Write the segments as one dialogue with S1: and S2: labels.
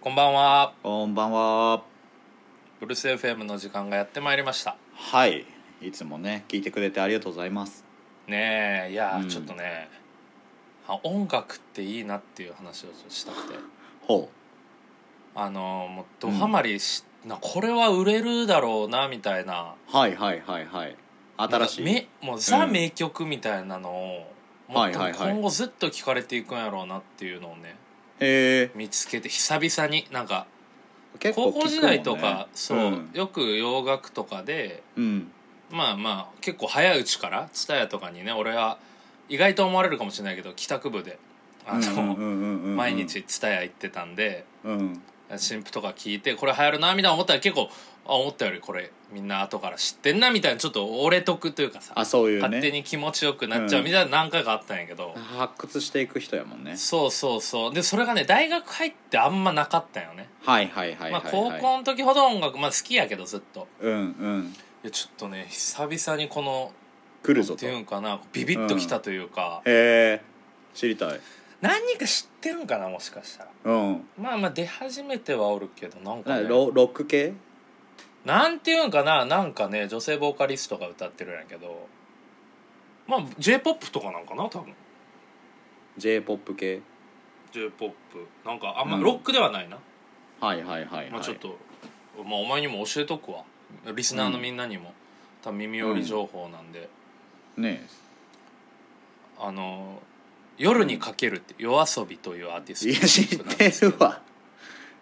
S1: こんばんは
S2: こんばんは
S1: ブルース FM の時間がやってまいりました
S2: はいいつもね聞いてくれてありがとうございます
S1: ねえいやー、
S2: うん
S1: ちょっとねあ音楽っていいなっていう話をちょっとしたくて
S2: ほ
S1: あのーもうドハマりし、なこれは売れるだろうなみたいな
S2: うはいはいはいはい新し
S1: なん
S2: い
S1: かめもうザ名曲みたいなのを、もっと
S2: はいはいはい
S1: 今後ずっと聞かれていくんやろうなっていうのをね
S2: へえ
S1: 見つけて久々になんか
S2: 結
S1: 高
S2: 構聞くもん
S1: 校
S2: ね
S1: 時代とか、そう、
S2: うん、
S1: よく洋楽とかで
S2: うん
S1: まあまあ結構早いうちから蔦屋とかにね俺は意外と思われるかもしれないけど帰宅部であの、
S2: うんうんうんうんうん
S1: 毎日蔦屋行ってたんで
S2: うん
S1: 新婦とか聞いてこれ流行るなみたいな思ったら結構あ思ったよりこれみんな後から知ってんなみたいなちょっと俺得というかさ、
S2: あそういう
S1: 勝手
S2: ね
S1: に気持ちよくなっちゃうみたいな何回かあったんやけど、
S2: 発掘していく人やもんね
S1: そうそうそうでそれがね大学入ってあんまなかったよね、
S2: はいはいはいはい、はい、
S1: まあ、高校の時ほど音楽、まあ、好きやけどずっと
S2: うんうん
S1: いやちょっとね久々にこの
S2: 来る
S1: っ
S2: ぞ
S1: て
S2: と
S1: いう
S2: へ
S1: んかなビビッときたというか、
S2: え知りたい
S1: 何人か知ってるんかなもしかしたら
S2: うん
S1: まあまあ出始めてはおるけどなんか、
S2: な
S1: ね、
S2: ロロック系
S1: なんていうんかななんかね女性ボーカリストが歌ってるんやけどまあ j p o p とかなんかな多分
S2: j p o p 系
S1: j p o p なんかあんま
S2: うん
S1: ロックではないな、
S2: はいはいはいはい、
S1: まあ、ちょっと、まあ、お前にも教えとくわリスナーのみんなにも、多分耳寄り情報なんで、
S2: ね
S1: あの「夜にかける」って夜遊びというアーティス
S2: えい
S1: ト
S2: や知っ
S1: なんですけ
S2: て
S1: ど
S2: るわ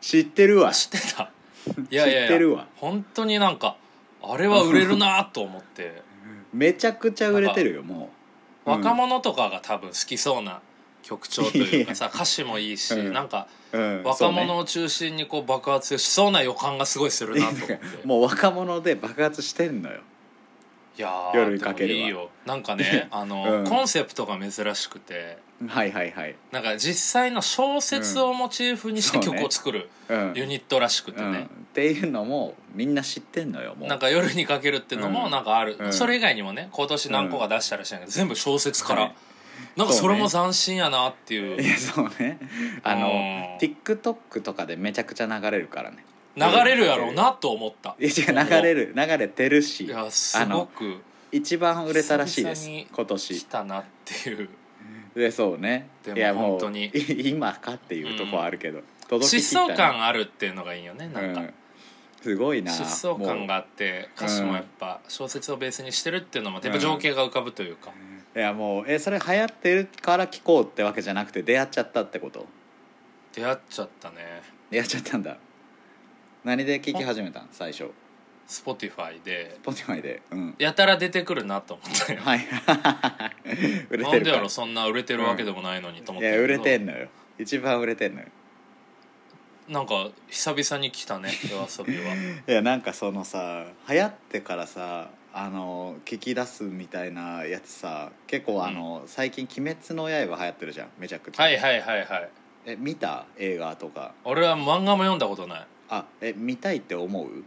S2: 知ってるわ
S1: 知ってたいやいやいや
S2: 知ってるわ
S1: 本当になんかあれは売れるなと思って
S2: めちゃくちゃ売れてるよも うん
S1: 若者とかが多分好きそうな曲調というかさ歌詞もいいし、
S2: うん
S1: なんか
S2: う、うん、
S1: 若者
S2: っ
S1: を中心にこう爆発しそうな予感がすごいするなと思って い
S2: もう若者で爆発してんのよ
S1: やー
S2: 夜にかけるわ
S1: でもいいよなんかねあの、
S2: うん
S1: コンセプトが珍しくて
S2: はいはいはい、
S1: なんか実際の小説をモチーフにして
S2: うんそう
S1: 曲
S2: ね
S1: を作る
S2: うん
S1: ユニットらしくて
S2: うんっ
S1: ね、
S2: ていうのもみんな知ってんのよもう
S1: なんか夜にかけるっていうのも
S2: うん
S1: なんかある、
S2: うん
S1: それ以外にもね今年何個か出したらしいんだけど、全部小説から、
S2: はい
S1: なんかそれ
S2: そう
S1: も
S2: ね
S1: 斬新やなっていう
S2: いやそうねあの
S1: うん
S2: TikTok とかでめちゃくちゃ流れるからね
S1: 流れるやろうなと思った
S2: いや違う流れる流れてるし
S1: いやすごく
S2: 一番売れたらしいで
S1: 久
S2: す
S1: 々に
S2: 今
S1: 来
S2: 年
S1: たなっていう
S2: でそうね
S1: でも
S2: いやもう
S1: 本当に
S2: い 今かっていうとこはあるけど、届き
S1: 疾
S2: 切った
S1: 走感あるっていうのがいいよねなんか、
S2: うん、すごいな
S1: 疾走感があって歌詞もやっぱ小説をベースにしてるっていうのもやっぱ情景が浮かぶというか、
S2: いやもうえそれ流行ってるから聞こうってわけじゃなくて出会っちゃったってこと
S1: 出会っちゃったね
S2: 出会っちゃったんだ何で聞き始めたん最初
S1: Spotify で
S2: Spotify でうん
S1: やたら出てくるなと思ったよ
S2: はい 売れ
S1: な
S2: て
S1: んで
S2: るか
S1: や
S2: ら
S1: ろそんな売れてるわけでもないのにと思
S2: い
S1: って、
S2: や売れてんのよ一番売れてんのよ
S1: なんか久々に来たね夜遊びは
S2: いやなんかそのさ流行ってからさあの聞き出すみたいなやつさ結構あの、最近「鬼滅の刃」流行ってるじゃんめちゃくちゃ、
S1: はいはいはいはい
S2: え見た映画とか
S1: 俺は漫画も読んだことない
S2: あえ見たいって思う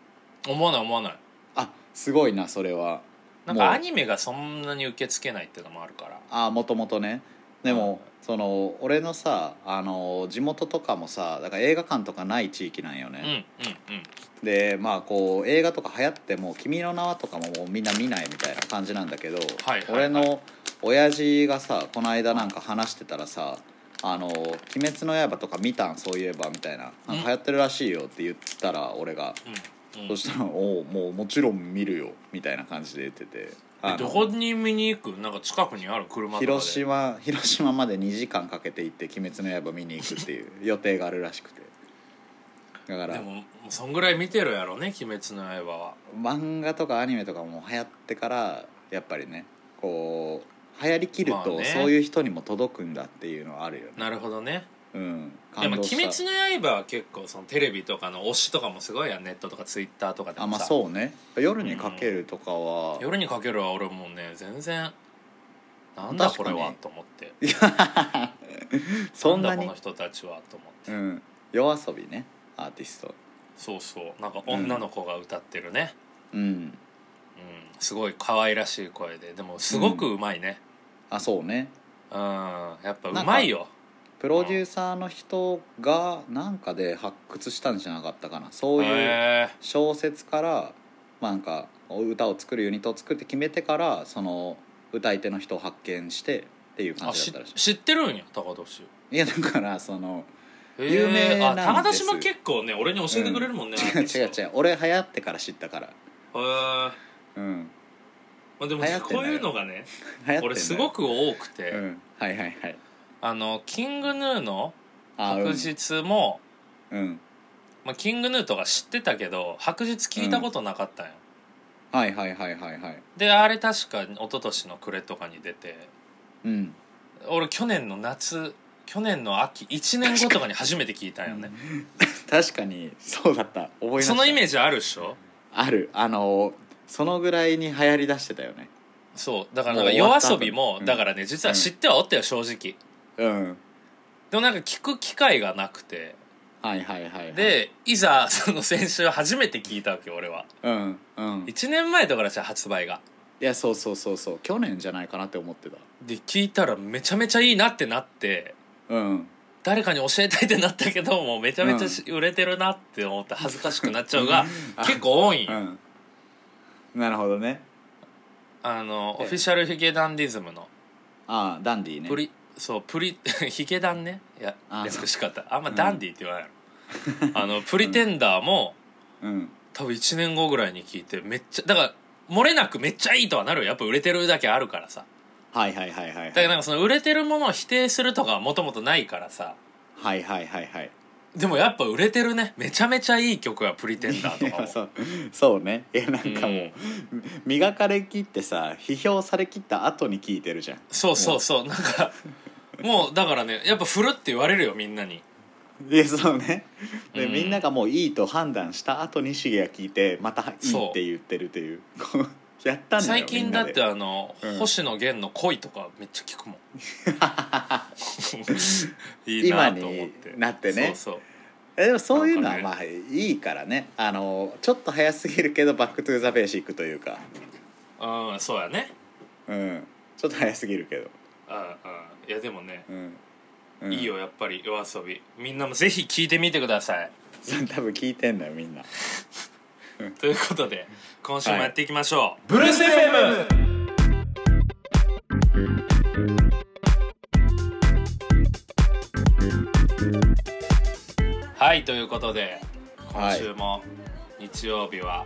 S1: 思わない思わない
S2: あすごいなそれは
S1: なんか
S2: もう
S1: アニメがそんなに受け付けないっていうのもあるから
S2: あもともとねでも、その俺のさあの地元とかもさだから映画館とかない地域なんよ
S1: うんうんう
S2: ね、
S1: ん
S2: でまあこう映画とか流行っても「君の名は」とかももうみんな見ないみたいな感じなんだけど、
S1: はいはい
S2: 俺の親父がさこの間なんか話してたらさ「あの鬼滅の刃」とか見たんそういえばみたいななんか流行ってるらしいよって言ったら俺が、
S1: うんう
S2: そ
S1: ん
S2: したら「おおもうもちろん見るよ」みたいな感じで言ってて。あ
S1: え
S2: の
S1: どこに見に行くなんか近くにある車とかで
S2: 広島広島まで2時間かけて行って「鬼滅の刃」見に行くっていう予定があるらしくてだか
S1: で
S2: ら
S1: ももうそんぐらい見てるやろね「鬼滅の刃」は
S2: 漫画とかアニメとかも流行ってからやっぱりねこう流行りきる
S1: まあ
S2: と
S1: ね
S2: そういう人にも届くんだっていうのはあるよね、
S1: なるほどね
S2: うん
S1: で
S2: 感
S1: も「
S2: 動
S1: 鬼
S2: した
S1: 滅の刃」は結構そのテレビとかの推しとかもすごいやんネットとかツイッターとかで
S2: あ
S1: も
S2: まあ
S1: さ、
S2: そうね夜にかけるとかは、
S1: 夜にかけるは俺もうね全然なんだこれ
S2: 確か
S1: は
S2: に
S1: と思って
S2: そんな
S1: だ
S2: に
S1: この人たちはと思って、
S2: うん夜遊びねアーティスト
S1: そうそうなんか女の子が歌ってるね、
S2: うん
S1: うんすごい可愛らしい声ででもすごくうまいね
S2: あそうね
S1: うん、やっぱうまいよ
S2: プロデューサーの人がなんかで発掘したんじゃなかったかなそういう
S1: へ
S2: 小説からまあなんか歌を作るユニットを作って決めてからその歌い手の人を発見してっていう
S1: ーあ
S2: 感じ
S1: し
S2: だったらし
S1: 知ってるんや高田氏
S2: いいやだからその
S1: へー
S2: 有名なんです
S1: あ高田氏も結構ね俺に教えてくれるもんね、
S2: 違う違う違
S1: う
S2: う俺流行ってから知ったから
S1: へー
S2: うん
S1: まあ、でも
S2: 流行ってん
S1: こ
S2: だよ
S1: ういうのがね
S2: 流行って
S1: 俺すご
S2: く
S1: く多くて、
S2: うんはいはいはい
S1: あのキングヌーの
S2: あ
S1: 白日も、
S2: うん、うん、
S1: まあ、キングヌーとか知ってたけど白日聞いたことなかったんよ、
S2: はいはいはいはいはい
S1: であれ確か一昨年の暮れとかに出て
S2: うん
S1: 俺去年の夏去年の秋1年後とかに初めて聞いたんよね
S2: 確かにそうだった覚えました
S1: そのイメージあるでしょ
S2: あるあのそのぐらいに流行りだしてたよね
S1: そうだからなんか
S2: もう終わ
S1: 夜
S2: った後
S1: 遊びも、
S2: うん
S1: だからね実は知ってはおったよ正直
S2: うん
S1: でもなんか聞く機会がなくて
S2: はいはいはい、はい、
S1: でいざ その先週初めて聞いたわけよ俺は
S2: うんうん
S1: 1年前とからじゃ発売が
S2: いやそうそうそうそう去年じゃないかなって思ってた
S1: で聞いたらめちゃめちゃいいなってなって
S2: うん
S1: 誰かに教えたいってなったけどもうめちゃめちゃし、売れてるなって思って恥ずかしくなっちゃうが結構多いんよ
S2: うんなるほどね
S1: あの
S2: ええ
S1: オフィシャルヒゲダンディズムの
S2: ああダンディーね
S1: プリ、そうプリ ヒゲダンねいや
S2: あ
S1: 略しかったあんまダンディって言わないの、 あのプリテンダーも
S2: うん
S1: 多分1年後ぐらいに聞いてめっちゃだから漏れなくめっちゃいいとはなるよやっぱ売れてるだけあるからさ
S2: はいはいはいはい
S1: だからな
S2: は
S1: いんかその売れてるものを否定するとかはもともとないからさ
S2: はいはいはいはい
S1: でもやっぱ売れてるねめちゃめちゃいい曲はプリテンダーと
S2: い
S1: か
S2: や
S1: も
S2: そうそうねいやな
S1: う
S2: ん
S1: ん
S2: かもう、磨かれきってさ批評されきった後に聞いてるじゃん
S1: そうそうそうなんかもうだからねやっぱ振るって言われるよみんなに
S2: いやそうねで、
S1: うん
S2: みんながもういいと判断した後にシゲが聞いてまたい
S1: そ
S2: いうって言ってるという こうやったんだよ
S1: 最近だっ
S2: みん
S1: て
S2: なで
S1: あの、
S2: うん
S1: 星野源の恋とかめっちゃ聞くもん い
S2: 今になってね
S1: そう
S2: えでもそういうのは
S1: なんかね
S2: まあいいからねあのちょっと早すぎるけどバック・トゥ・ザ・ベーシックというか
S1: そううんそうやね
S2: うんちょっと早すぎるけど、
S1: うんうんいやでもね、
S2: うんうん
S1: いいよやっぱり夜遊びみんなもぜひ聞いてみてください
S2: それ 多分聞いてんだよみんな
S1: ということで今週もやっていきましょう、
S2: ブルース FM!
S1: はいということで今
S2: はい
S1: 週も日曜日は、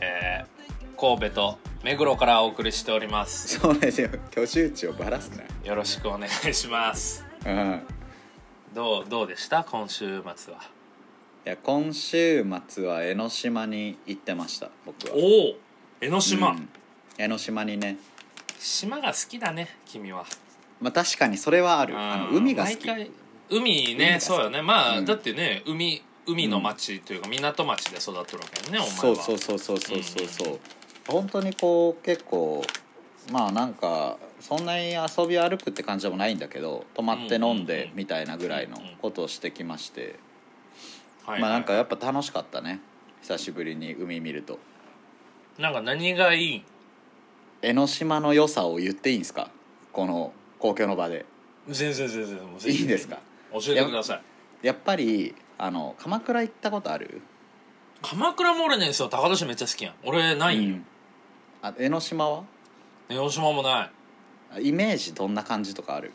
S1: えー神戸と目黒からお送りしております
S2: そうですよ居住地をばらすな
S1: よろしくお願いします
S2: うん
S1: どうどうでした今週末はい
S2: や今週末は江ノ島に行ってました僕は
S1: おお江ノ島、
S2: うん江ノ島にね
S1: 島が好きだね君は
S2: まあ確かにそれはあるあの海が好
S1: 毎
S2: き
S1: 回海
S2: 海が
S1: ね
S2: 好き
S1: そうよねまあ、
S2: うん
S1: だってね海海の町というか港町で育ってるわけよねお前は
S2: そうそうそうそうそうそうそう、本当にこう結構まあなんかそんなに遊び歩くって感じでもないんだけど泊まって飲ん
S1: うんうん
S2: で
S1: うん
S2: みたいなぐらいのことをしてきまして、
S1: はいはい
S2: まあなんかやっぱ楽しかったね久しぶりに海見ると
S1: なんか何がいい
S2: 江ノ島の良さを言っていいんですかこの公共の場で
S1: 全然全然もう
S2: い
S1: ぜひ
S2: いんですか
S1: 教えてください
S2: やっぱりあの鎌倉行ったことある
S1: 鎌倉も俺ねそう高田市めっちゃ好きやん俺ないんよ、
S2: うんあ江ノ島は
S1: 江ノ島もない
S2: あイメージどんな感じとかある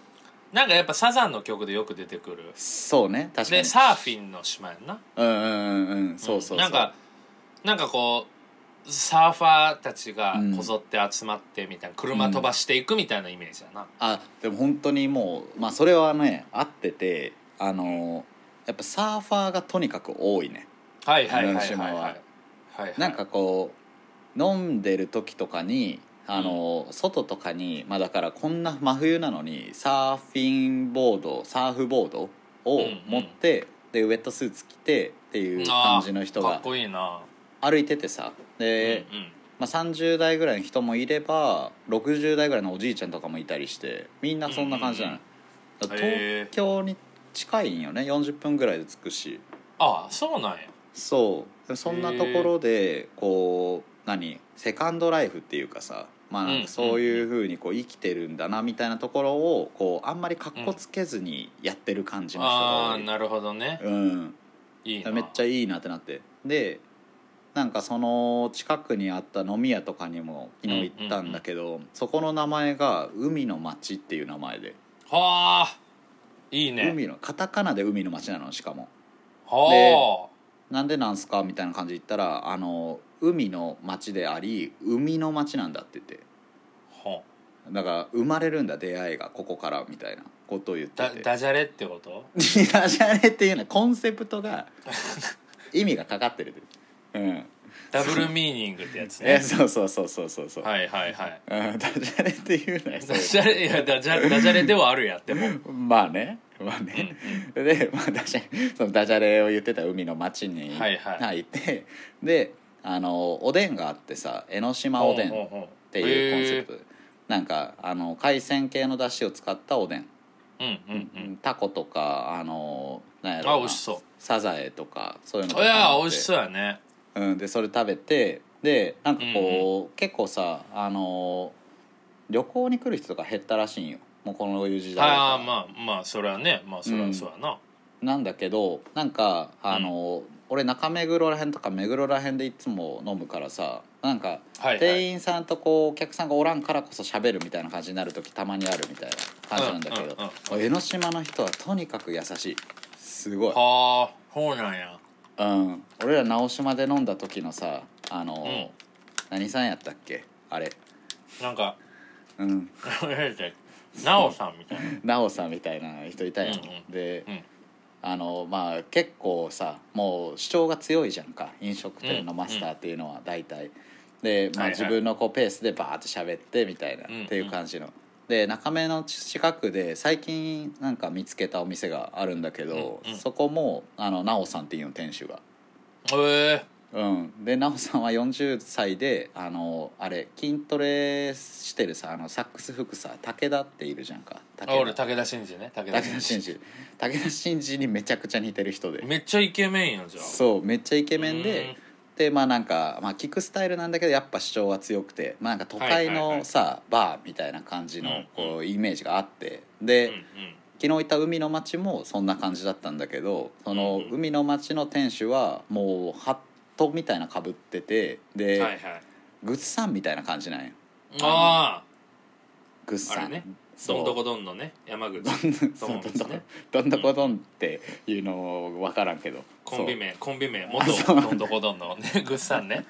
S1: なんかやっぱサザンの曲でよく出てくる
S2: そうね確かに
S1: でサーフィンの島やんな
S2: うんうんうんうんそうそうそう
S1: なんかなんかこうサーファーたちが
S2: うん
S1: こぞって集まってみたいな車飛ばしていくみたいなイメージやな、
S2: あでも本当にもうまあそれはね合っててあのやっぱサーファーがとにかく多いね
S1: はいはいはいはい
S2: 江ノ
S1: はい
S2: 島は
S1: はいはい
S2: なんかこう飲んでる時とかにあの、外とかにまあだからこんな真冬なのにサーフィンボードサーフボードを持って、でウエットスーツ着てっていう感じの人
S1: あーか
S2: が
S1: っこいいな、
S2: 歩いててさで、
S1: うんうん
S2: まあ、30代ぐらいの人もいれば60代ぐらいのおじいちゃんとかもいたりしてみんなそんな感じなの、
S1: うん
S2: だから
S1: へー
S2: 東京に近いんよね40分ぐらいで着くし
S1: ああそうなんや
S2: そうそんなところでこう何セカンドライフっていうかさまあなん
S1: うん
S2: かそういうふうにこう生きてるんだなみたいなところをこうあんまりかっこつけずにやってる感じの人
S1: あ
S2: が
S1: あ
S2: 多い
S1: なるほどね
S2: うん、
S1: いいな
S2: めっちゃいいなってなってでなんかその近くにあった飲み屋とかにも昨日行ったんだけど、そこの名前が「海の町」っていう名前で、
S1: はあいいね
S2: 海のカタカナで「海の町」なのしかも。
S1: は
S2: なんでなんすかみたいな感じで言ったらあの海の町であり海の町なんだって言って
S1: あは
S2: だから生まれるんだ出会いがここからみたいなことを言って
S1: だ
S2: て
S1: ダジャレってこと
S2: ダジャレっていうのはコンセプト が意味がかかってるうん
S1: ダブルミーニングってやつ
S2: え
S1: ね
S2: そうそうそうそうそうそう、
S1: はいはいはい
S2: うんダジャレっていうのはそ
S1: ダ
S2: う
S1: ジャレいやダジャレダジャレではあるやっても
S2: まあねまあね、で、まあ、ダジャレそのダジャレを言ってた海の町に
S1: はいはい
S2: 入って、であのおでんがあってさ江ノ島おでん
S1: ほうほうほう
S2: っていうコンセプトでなんかあの海鮮系の出汁を使ったおでん、
S1: へえうんうんうん
S2: タコとかあのなんやろ
S1: あ
S2: な
S1: 美味しそ
S2: サザエとかそういうの
S1: ういや
S2: 頼んで
S1: 美味しそうやね
S2: うん、でそれ食べてでなんかこう、結構さあの旅行に来る人とか減ったらしいんよもうこのいう時代だから
S1: ああまあまあそれはねまあそれはそうやな
S2: なんだけどなんかあの、俺中目黒らへんとか目黒らへんでいつも飲むからさなんか
S1: はいはい
S2: 店員さんとこうお客さんがおらんからこそ喋るみたいな感じになる時たまにあるみたいな感じなんだけど、
S1: う
S2: 江ノ島の人はとにかく優しいすごい、
S1: はあそうなんや
S2: うん、俺ら直島で飲んだ時のさあの、
S1: うん
S2: 何さんやったっけあれ
S1: なんか
S2: うん
S1: なおさんみたいな
S2: 奈緒さんみたいな人いたやん、
S1: うんう
S2: で、
S1: うん
S2: あのまあ結構さもう主張が強いじゃんか飲食店のマスターっていうのは大体、で、ま
S1: は
S2: あ、
S1: いはい
S2: 自分のこうペースでバーって喋ってみたいな、
S1: うん
S2: っていう感じの。で中目の近くで最近なんか見つけたお店があるんだけど、
S1: うんうん
S2: そこもあの奈緒さんっていうの店主が。
S1: へえ
S2: うん、で奈緒さんは40歳であのあれ筋トレしてるさあのサックス服さ武田っているじゃんか武
S1: あ俺武田真治ね武
S2: 武田真治武田真治にめちゃくちゃ似てる人で
S1: めっちゃイケメンやんじゃあ
S2: そうめっちゃイケメンででまあなんか、まあ、聞くスタイルなんだけどやっぱ主張は強くて、まあ、なんか都会
S1: はいはいは
S2: の
S1: い
S2: さ、バーみたいな感じのこうイメージがあって
S1: う
S2: で、
S1: んうん
S2: 昨日行った海の町もそんな感じだったんだけどその
S1: うん
S2: 海の町の店主はもうハットみたいなかぶっててで、
S1: はいはい
S2: グッさんみたいな感じなんや
S1: ああ
S2: グッさ
S1: あ
S2: ん
S1: れね
S2: そう
S1: どんどこどんのね山口
S2: そ
S1: そううなん
S2: ど
S1: ん
S2: ど
S1: です
S2: こどん
S1: ね
S2: どんどこどんっていうの分からんけど
S1: コンビ名コンビ名
S2: あ
S1: 元
S2: そう
S1: どんどこどんの ねぐっさんね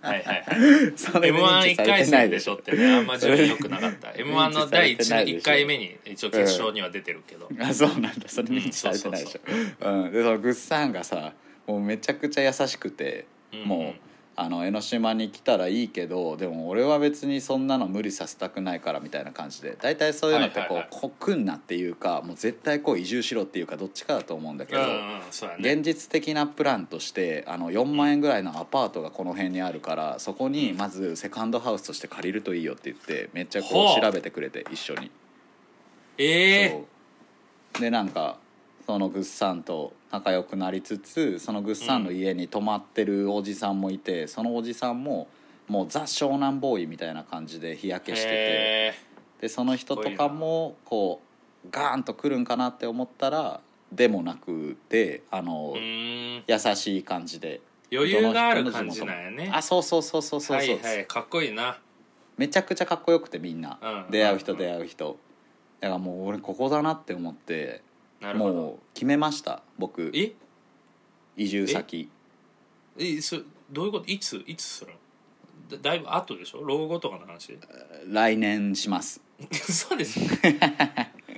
S1: はいはいはい
S2: そう
S1: m
S2: 認
S1: 1
S2: 知
S1: 一
S2: さ
S1: 回
S2: れてな
S1: 戦
S2: い
S1: でしょってねあんま順位良くなかった m 1の第
S2: 認知されてないでしょ
S1: 1回目に一応決勝には出てるけど
S2: あそうなんだそれ認知されてないでしょ、うん、でそのグッさんがさもうめちゃくちゃ優しくて、
S1: うん
S2: もうあの江ノ島に来たらいいけどでも俺は別にそんなの無理させたくないからみたいな感じで大体そういうのってこう、
S1: はいはいはい
S2: こくんなっていうかもう絶対こう移住しろっていうかどっちかだと思うんだけ
S1: う
S2: ど、
S1: んうんそうやね
S2: 現実的なプランとしてあの4万円ぐらいのアパートがこの辺にあるからそこにまずセカンドハウスとして借りるといいよって言ってめっちゃこ
S1: ほ
S2: う
S1: う
S2: 調べてくれて一緒に。
S1: ええ
S2: そうでなんかそのぐっさんと仲良くなりつつそのぐっさんの家に泊まってるおじさんもいて、そのおじさんももうザ湘南ボーイみたいな感じで日焼けしてて
S1: へ
S2: でその人とかもこうガーンと来るんかなって思ったらでもなくてあ
S1: ー
S2: の、
S1: うーん
S2: 優しい感じで
S1: 余裕がある感じなんやね
S2: あそうそうそうそうそうそう、
S1: はいはいかっこいいな
S2: めちゃくちゃかっこよくてみんな、
S1: うん
S2: 出会う
S1: う
S2: 人
S1: ん
S2: 出会う人だからもう俺ここだなって思って
S1: なるほど
S2: もう決めました僕
S1: え
S2: 移住先
S1: えそどういうこといついつするのだだいぶ後でしょ老後とかの話
S2: 来年します
S1: そうです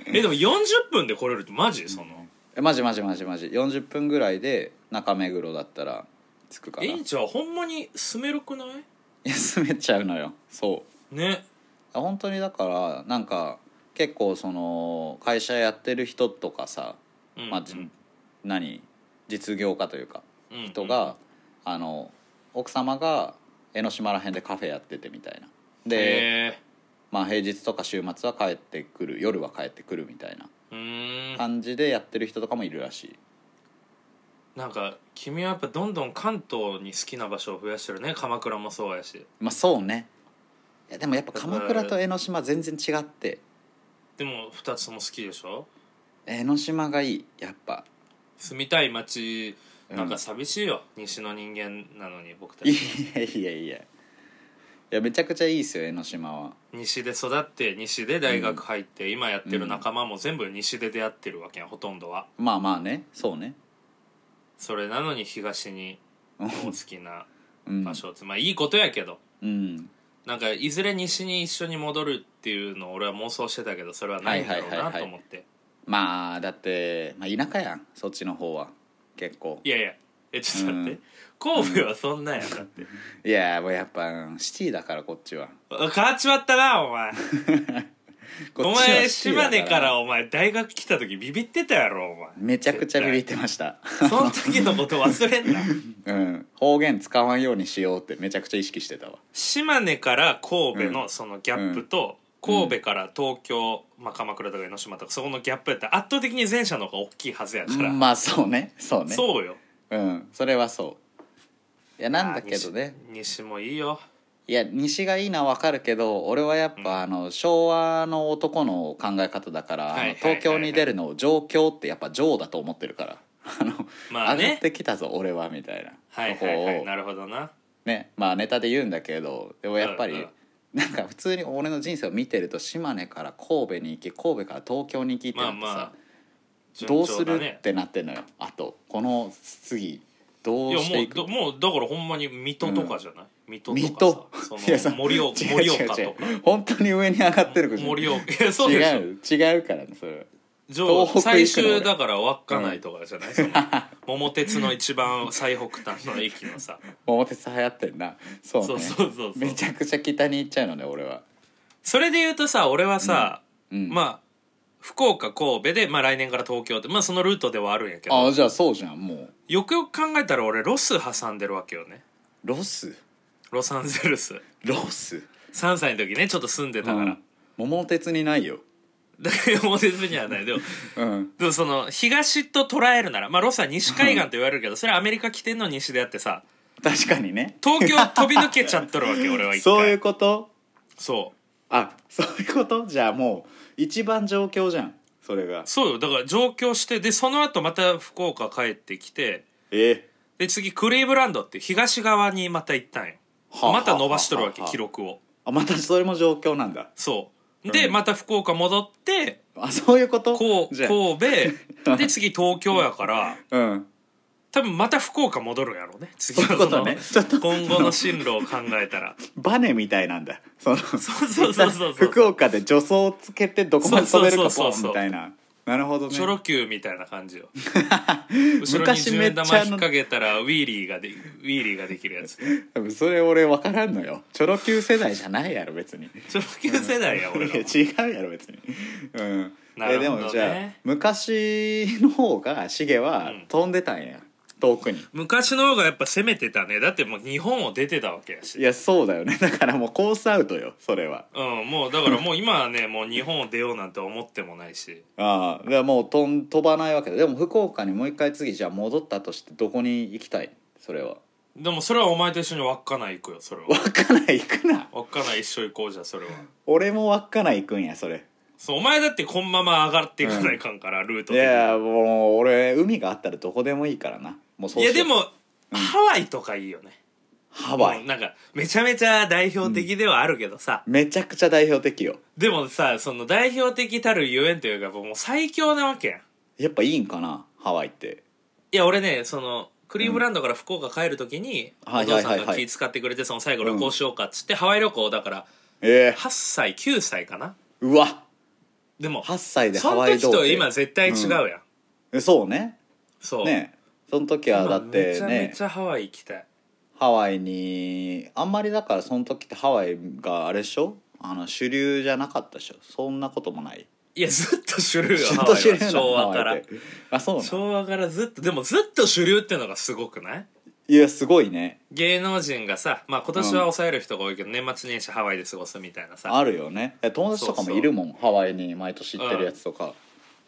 S1: えでも40分で来れるってマジその
S2: えマジマジマジマジ40分ぐらいで中目黒だったら着くかな
S1: えん
S2: い
S1: ちゃんほんまに住めるくない
S2: や住めちゃうのよそう
S1: ね
S2: 本当にだからなんか結構その会社やってる人とかさ、
S1: うん
S2: まあじ
S1: うん
S2: 何実業家というか
S1: うん
S2: 人が、あの奥様が江ノ島ら辺でカフェやっててみたいなで、
S1: へ
S2: まあ、平日とか週末は帰ってくる夜は帰ってくるみたいな
S1: えうーん
S2: 感じでやってる人とかもいるらしい
S1: なんか君はやっぱどんどん関東に好きな場所を増やしてるね鎌倉もそうやし
S2: まあそうねやでもやっぱ鎌倉と江ノ島全然違って
S1: でも2つとも好きでしょ
S2: 江ノ島がいいやっぱ
S1: 住みたい街
S2: うん
S1: なんか寂しいよ、西の人間なのに僕た
S2: い
S1: ち
S2: やいやいやいやめちゃくちゃいいですよ江ノ島は
S1: 西で育って西で大学入って、今やってる仲間も全部西で出会ってるわけやんほとんどは
S2: まあまあねそうね
S1: それなのに東に
S2: うん
S1: お好きな
S2: うん
S1: 場所をつまあいいことやけど
S2: うん
S1: なんかいずれ西に一緒に戻るっていうのを俺は妄想してたけどそれはないんだろう
S2: はいはいは
S1: ない
S2: はい
S1: と思って
S2: まあだって、まあ、田舎やんそっちの方は結構
S1: いやいやえちょっと待って、神戸はそんなんやんだって
S2: いやもうやっぱうんシティだからこっちは
S1: あ変わっちまったなお前
S2: こ
S1: お
S2: っちは
S1: 前
S2: シティだ
S1: 島根からお前大学来た時ビビってたやろお前
S2: めちゃくちゃビビってました
S1: その時のこと忘れん な
S2: うん方言使わんようにしようってめちゃくちゃ意識してたわ
S1: 島根から神戸のそのギャップと、
S2: うん
S1: 神戸から東京、まあ、鎌倉とか江ノ島とかそこのギャップやったら圧倒的に前者の方が大きいはずやから、
S2: まあそうねそうね
S1: そうよ
S2: うんそれはそういやなんだけどね
S1: あー西西もいいよ
S2: いや西がいいのは分かるけど俺はやっぱ、
S1: うん
S2: あの昭和の男の考え方だから、あの
S1: はいはいはいはい
S2: 東京に出るのを上京ってやっぱ上だと思ってるから あの、
S1: まあ
S2: 上がっ
S1: ね
S2: てきたぞ俺はみたいな
S1: はい
S2: こ
S1: はいはい
S2: を
S1: なるほどな
S2: ねまあネタで言うんだけどでもやっぱり、
S1: うんうん
S2: なんか普通に俺の人生を見てると島根から神戸に行き神戸から東京に行きってなってさ、
S1: まあまあ
S2: どうす
S1: 順調だ
S2: る
S1: ね
S2: ってなってんのよあとこの次ど
S1: いうや
S2: して
S1: も
S2: いうく
S1: どもうだからほんまに水戸とかじゃない、水
S2: 水
S1: 戸と
S2: 戸
S1: かさ
S2: いや
S1: そ
S2: さ
S1: の盛岡
S2: 違う
S1: 盛
S2: 違う
S1: 岡
S2: 違
S1: と
S2: う
S1: か
S2: 本当に上に上がってるから
S1: 盛岡いやそうでしょ
S2: 違う違うからねそれ
S1: 上
S2: 東北
S1: 最
S2: 行くの
S1: 終だから稚内とかじゃない、その桃鉄の一番最北端の駅のさ
S2: 桃鉄流行ってんなそうね
S1: そうそうそうそう
S2: めちゃくちゃ北に行っちゃうのね俺は
S1: それで言うとさ俺はさ、
S2: うん
S1: まあ福岡神戸で、まあ、来年から東京ってまあそのルートではあるんやけ
S2: あ
S1: ど
S2: じゃあそうじゃんもう
S1: よくよく考えたら俺ロス挟んでるわけよね
S2: ロス
S1: ロサンゼルス
S2: ロス
S1: 3歳の時ねちょっと住んでたから、
S2: うん桃鉄にないよ
S1: だからモデルにはないでも
S2: うん
S1: でもその東と捉えるならまあロスは西海岸と言われるけどそれはアメリカ起点の西であってさ
S2: 確かにね
S1: 東京飛び抜けちゃっとるわけ俺は一回
S2: そういうこと
S1: そう
S2: あそういうことじゃあもう一番状況じゃんそれが
S1: そうよだから上京してでその後また福岡帰ってきて
S2: え
S1: で次クリーブランドっていう東側にまた行ったんよ
S2: はあ
S1: また伸ばしとるわけ
S2: はあはあ
S1: 記録を
S2: あまたそれも状況なんだ
S1: そうで、
S2: うん
S1: また福岡戻って
S2: あそういうこと
S1: こう
S2: じゃあ
S1: 神 戸で次東京やから
S2: うん
S1: 多分また福岡戻るんやろうね次
S2: そ
S1: は
S2: ういうこ
S1: そ
S2: と
S1: の
S2: ねちょっと
S1: 今後の進路を考えた ら
S2: バネみたいなんだその
S1: そうそうそうそうそう
S2: 福岡で助走をつけてどこまで飛べるか
S1: そ
S2: ポ
S1: うそうそうそう
S2: ンみたいななるほどね
S1: チョロ Q みたいな感 じよ後ろに十
S2: 昔めっ
S1: 円
S2: ちゃあ
S1: 玉
S2: の
S1: 引っ掛けたらウィーリーがでウィーリーができる やつ
S2: それ俺分からんのよチョロ Q 世代じゃないやろ別に
S1: チョロ Q 世代や俺ら
S2: いや違うやろ別にうん
S1: なるほどね
S2: えでもじゃあ昔の方がシゲは
S1: うん
S2: 飛んでたんや、遠くに
S1: 昔の方がやっぱ攻めてたねだってもう日本を出てたわけや
S2: い
S1: し
S2: やそうだよねだからもうコースアウトよそれは
S1: うんもうだ からもう今はねもう日本を出ようなんて思ってもないし
S2: ああだからもう飛ん飛ばないわけだでも福岡にもう一回次じゃあ戻ったとしてどこに行きたいそれは
S1: でもそれはお前と一緒に稚内行くよそれ は
S2: 稚内行くな
S1: 稚内一緒行こうじゃそれは
S2: 俺も稚内行くんやそれ
S1: そうお前だってこんまま上がっていかないかんから、ルート的
S2: い
S1: に
S2: やもう俺海があったらどこでもいいからなもうそう
S1: い
S2: しよ
S1: やで
S2: う
S1: も、ハワイとかいいよね
S2: ハワ
S1: もう
S2: イ
S1: なんかめちゃめちゃ代表的ではあるけどさ、
S2: めちゃくちゃ代表的よ
S1: でもさその代表的たるゆえんというかもう最強なわけやん
S2: やっぱいいんかなハワイって
S1: いや俺ねそのクリーブランドから福岡帰る時に、
S2: うんはい
S1: お父さん
S2: はいはい
S1: が
S2: はい
S1: 気使ってくれてその最後旅行しようかっつって、ハワイ旅行だから
S2: ええ
S1: 8歳9歳かな
S2: うわ
S1: でも
S2: 8歳でハ
S1: その
S2: ワイ
S1: 時
S2: 童
S1: と
S2: 貞
S1: 今絶対違うやん、
S2: えそうね
S1: そう、
S2: ねその時は
S1: 今
S2: だって
S1: めちゃめ
S2: ね
S1: ちゃハワイ行きたい
S2: ハワイにあんまりだからその時ってハワイがあれでしょあの主流じゃなかったでしょそんなこともない
S1: いやずっと主流よ
S2: ず
S1: ハ
S2: っ
S1: ワイ
S2: と主
S1: は
S2: 流なの
S1: 昭和か
S2: ハワ
S1: ら
S2: イってあそうなの
S1: 昭和からずっとでもずっと主流っていうのがすごくない
S2: いやすごいね
S1: 芸能人がさまあ今年は抑える人が多いけど、年末年始ハワイで過ごすみたいなさ
S2: あるよねえ友達とかもいるもんハワイに毎年行ってるやつとか、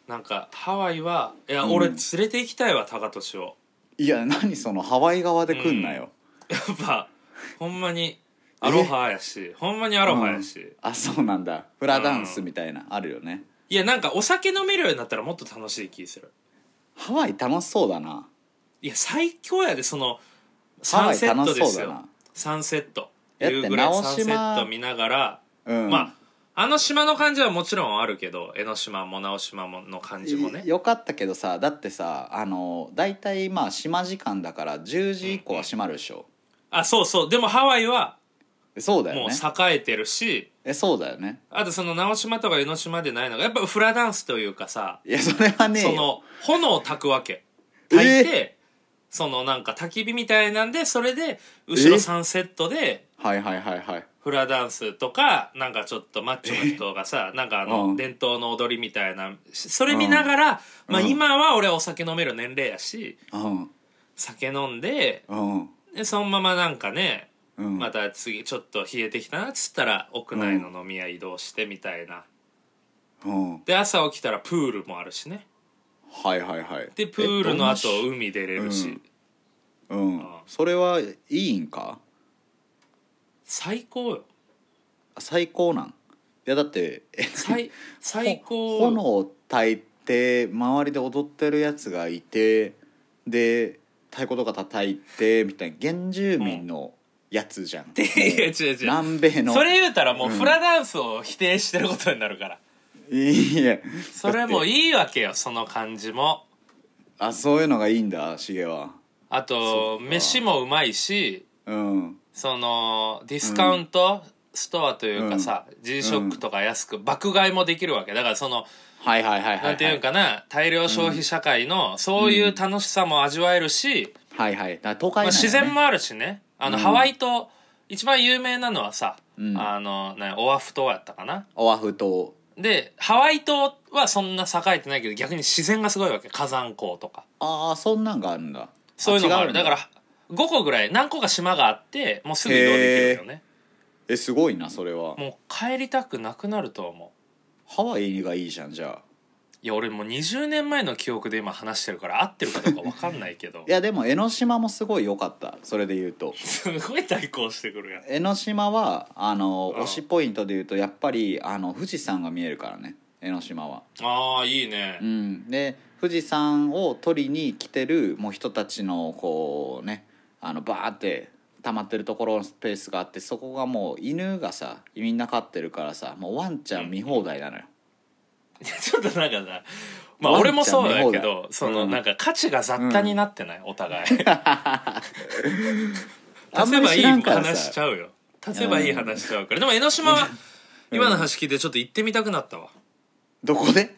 S1: なんかハワイはいや、
S2: うん
S1: 俺連れて行きたいわ高俊を
S2: いや何そのハワイ側で来んなよ、
S1: やっぱほんまにアロハやしほんまにアロハやし、
S2: あそうなんだフラダンスみたいな、あるよね
S1: いやなんかお酒飲めるようになったらもっと楽しい気する
S2: ハワイ楽しそうだない
S1: や最強やでその
S2: ハ
S1: サ
S2: ワ
S1: ン
S2: イ
S1: セッ
S2: 楽
S1: ト
S2: し
S1: で
S2: そう
S1: す
S2: だ
S1: よ
S2: な
S1: サンセット
S2: だって
S1: 夕暮れ
S2: 直島
S1: サンセット見ながら、
S2: うん
S1: まああの島の感じはもちろんあるけど江ノ島も直島もの感じもね
S2: よかったけどさだってさあの大体まあ島時間だから10時以降は閉まるでしょ、
S1: あそうそうでもハワイは
S2: そうだ
S1: も
S2: よ
S1: う
S2: ね
S1: 栄えてるし
S2: えそうだよね
S1: あとその直島とか江ノ島でないのがやっぱフラダンスというかさ
S2: いやそれはね
S1: その炎を焚くわけ
S2: え
S1: 焚いて、そのなんか焚き火みたいなんでそれで後ろ
S2: え
S1: サンセットで
S2: はいはいはいはい
S1: フラダンスとかなんかちょっとマッチョの人がさなんかあ
S2: う
S1: の
S2: ん
S1: 伝統の踊りみたいなそれ見ながら、まあ
S2: うん
S1: 今は俺はお酒飲める年齢やし
S2: うん
S1: 酒飲んで
S2: うん
S1: でそのままなんかね
S2: うん、
S1: また次ちょっと冷えてきたなっつったら屋内の飲み屋移動してみたいな
S2: うん、
S1: で朝起きたらプールもあるしね
S2: はいはいはい
S1: でプールの後
S2: えどんなし
S1: 海出れるし、
S2: うんうんそれはいいんか
S1: 最高よ
S2: 最高なんいやだってえ
S1: 最最高
S2: 炎を焚いて周りで踊ってるやつがいてで太鼓とか叩いてみたいな原住民のやつじゃん、もう
S1: いや違う違う
S2: 南米の
S1: それ言うたらもううんフラダンスを否定してることになるから、
S2: いや
S1: それも
S2: い
S1: いいわけよその感じも
S2: あそういうのがいいんだシゲは
S1: あ
S2: そ
S1: と
S2: っか
S1: 飯もうまいし
S2: うん
S1: そのディスカウントストアというかさ、G ショックとか安く爆買いもできるわけだからその、
S2: はいはいはいはい、はい、
S1: なんていうんかな大量消費社会のそういう楽しさも味わえるし、
S2: はいはいだから都
S1: ま
S2: 会
S1: あ、
S2: なんやね
S1: 自然もあるしねあの、
S2: うん
S1: ハワイ島一番有名なのはさ、
S2: うん
S1: あのねオアフ島やったかな
S2: オアフ島
S1: でハワイ島はそんな栄えてないけど逆に自然がすごいわけ火山港とか
S2: ああそんなんがあるんだ
S1: そういうのがあ
S2: 違
S1: る
S2: ん
S1: だから5個ぐらい何個か島があってもうすぐ移動できるよね
S2: えすごいなそれは
S1: もう帰りたくなくなると思う
S2: ハワイがいいじゃんじゃあ
S1: いや俺もう20年前の記憶で今話してるから合ってるかどうか分かんないけど
S2: いやでも江ノ島もすごい良かったそれで言うと
S1: すごい対抗してくるやん
S2: 江ノ島はあの
S1: うん
S2: 推しポイントで言うとやっぱりあの富士山が見えるからね江ノ島は、
S1: ああいいね
S2: うん、で富士山を撮りに来てるもう人たちのこうねあのバーって溜まってるところのスペースがあってそこがもう犬がさみんな飼ってるからさもうワンちゃん見放題なのよ、
S1: ちょっとなんかさまあ
S2: ワンち
S1: 俺
S2: ゃん
S1: もそうだ
S2: 見
S1: け
S2: 放
S1: どその
S2: うん
S1: なんか価値が雑多になってない、お互い
S2: あ
S1: 足
S2: ん
S1: せ
S2: ま
S1: ば
S2: り
S1: いい
S2: 知らんからさ
S1: 話しちゃうよ足せばいい話しちゃうからでも江ノ島は今の話聞いてちょっと行ってみたくなったわ
S2: どこで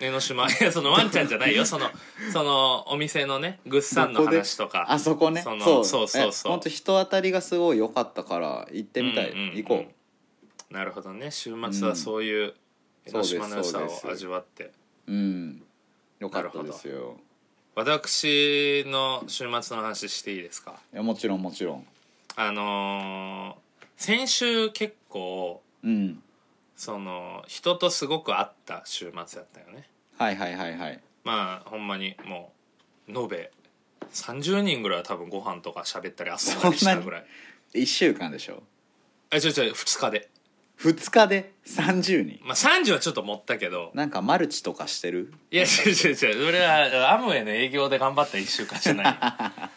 S1: 江ノ 島いやそのワンちゃんじゃないよそのそのお店のねぐっさんの話とか
S2: あそこね
S1: その
S2: そう
S1: そうそうそう
S2: 本当人当たりがすごい良かったから行ってみたい、
S1: うんうんうん
S2: 行こ
S1: なるほどね週末はそういう江ノ島の良さを味わって
S2: ううん良かったですよ
S1: 私の週末の話していいですか
S2: いやもちろんもちろん
S1: あのー先週結構
S2: うん
S1: その人とすごく会った週末だったよね
S2: はいはいはいはい
S1: まあほんまにもう延べ30人ぐらいは多分ご飯とか喋ったり遊んだりしたぐらい
S2: 1週間でしょ
S1: えちょいちょい2日で
S2: 2日で30人
S1: まあ30はちょっと持ったけど
S2: なんかマルチとかしてる
S1: いや違う違う違う俺はアムウェイの営業で頑張った1週間じゃな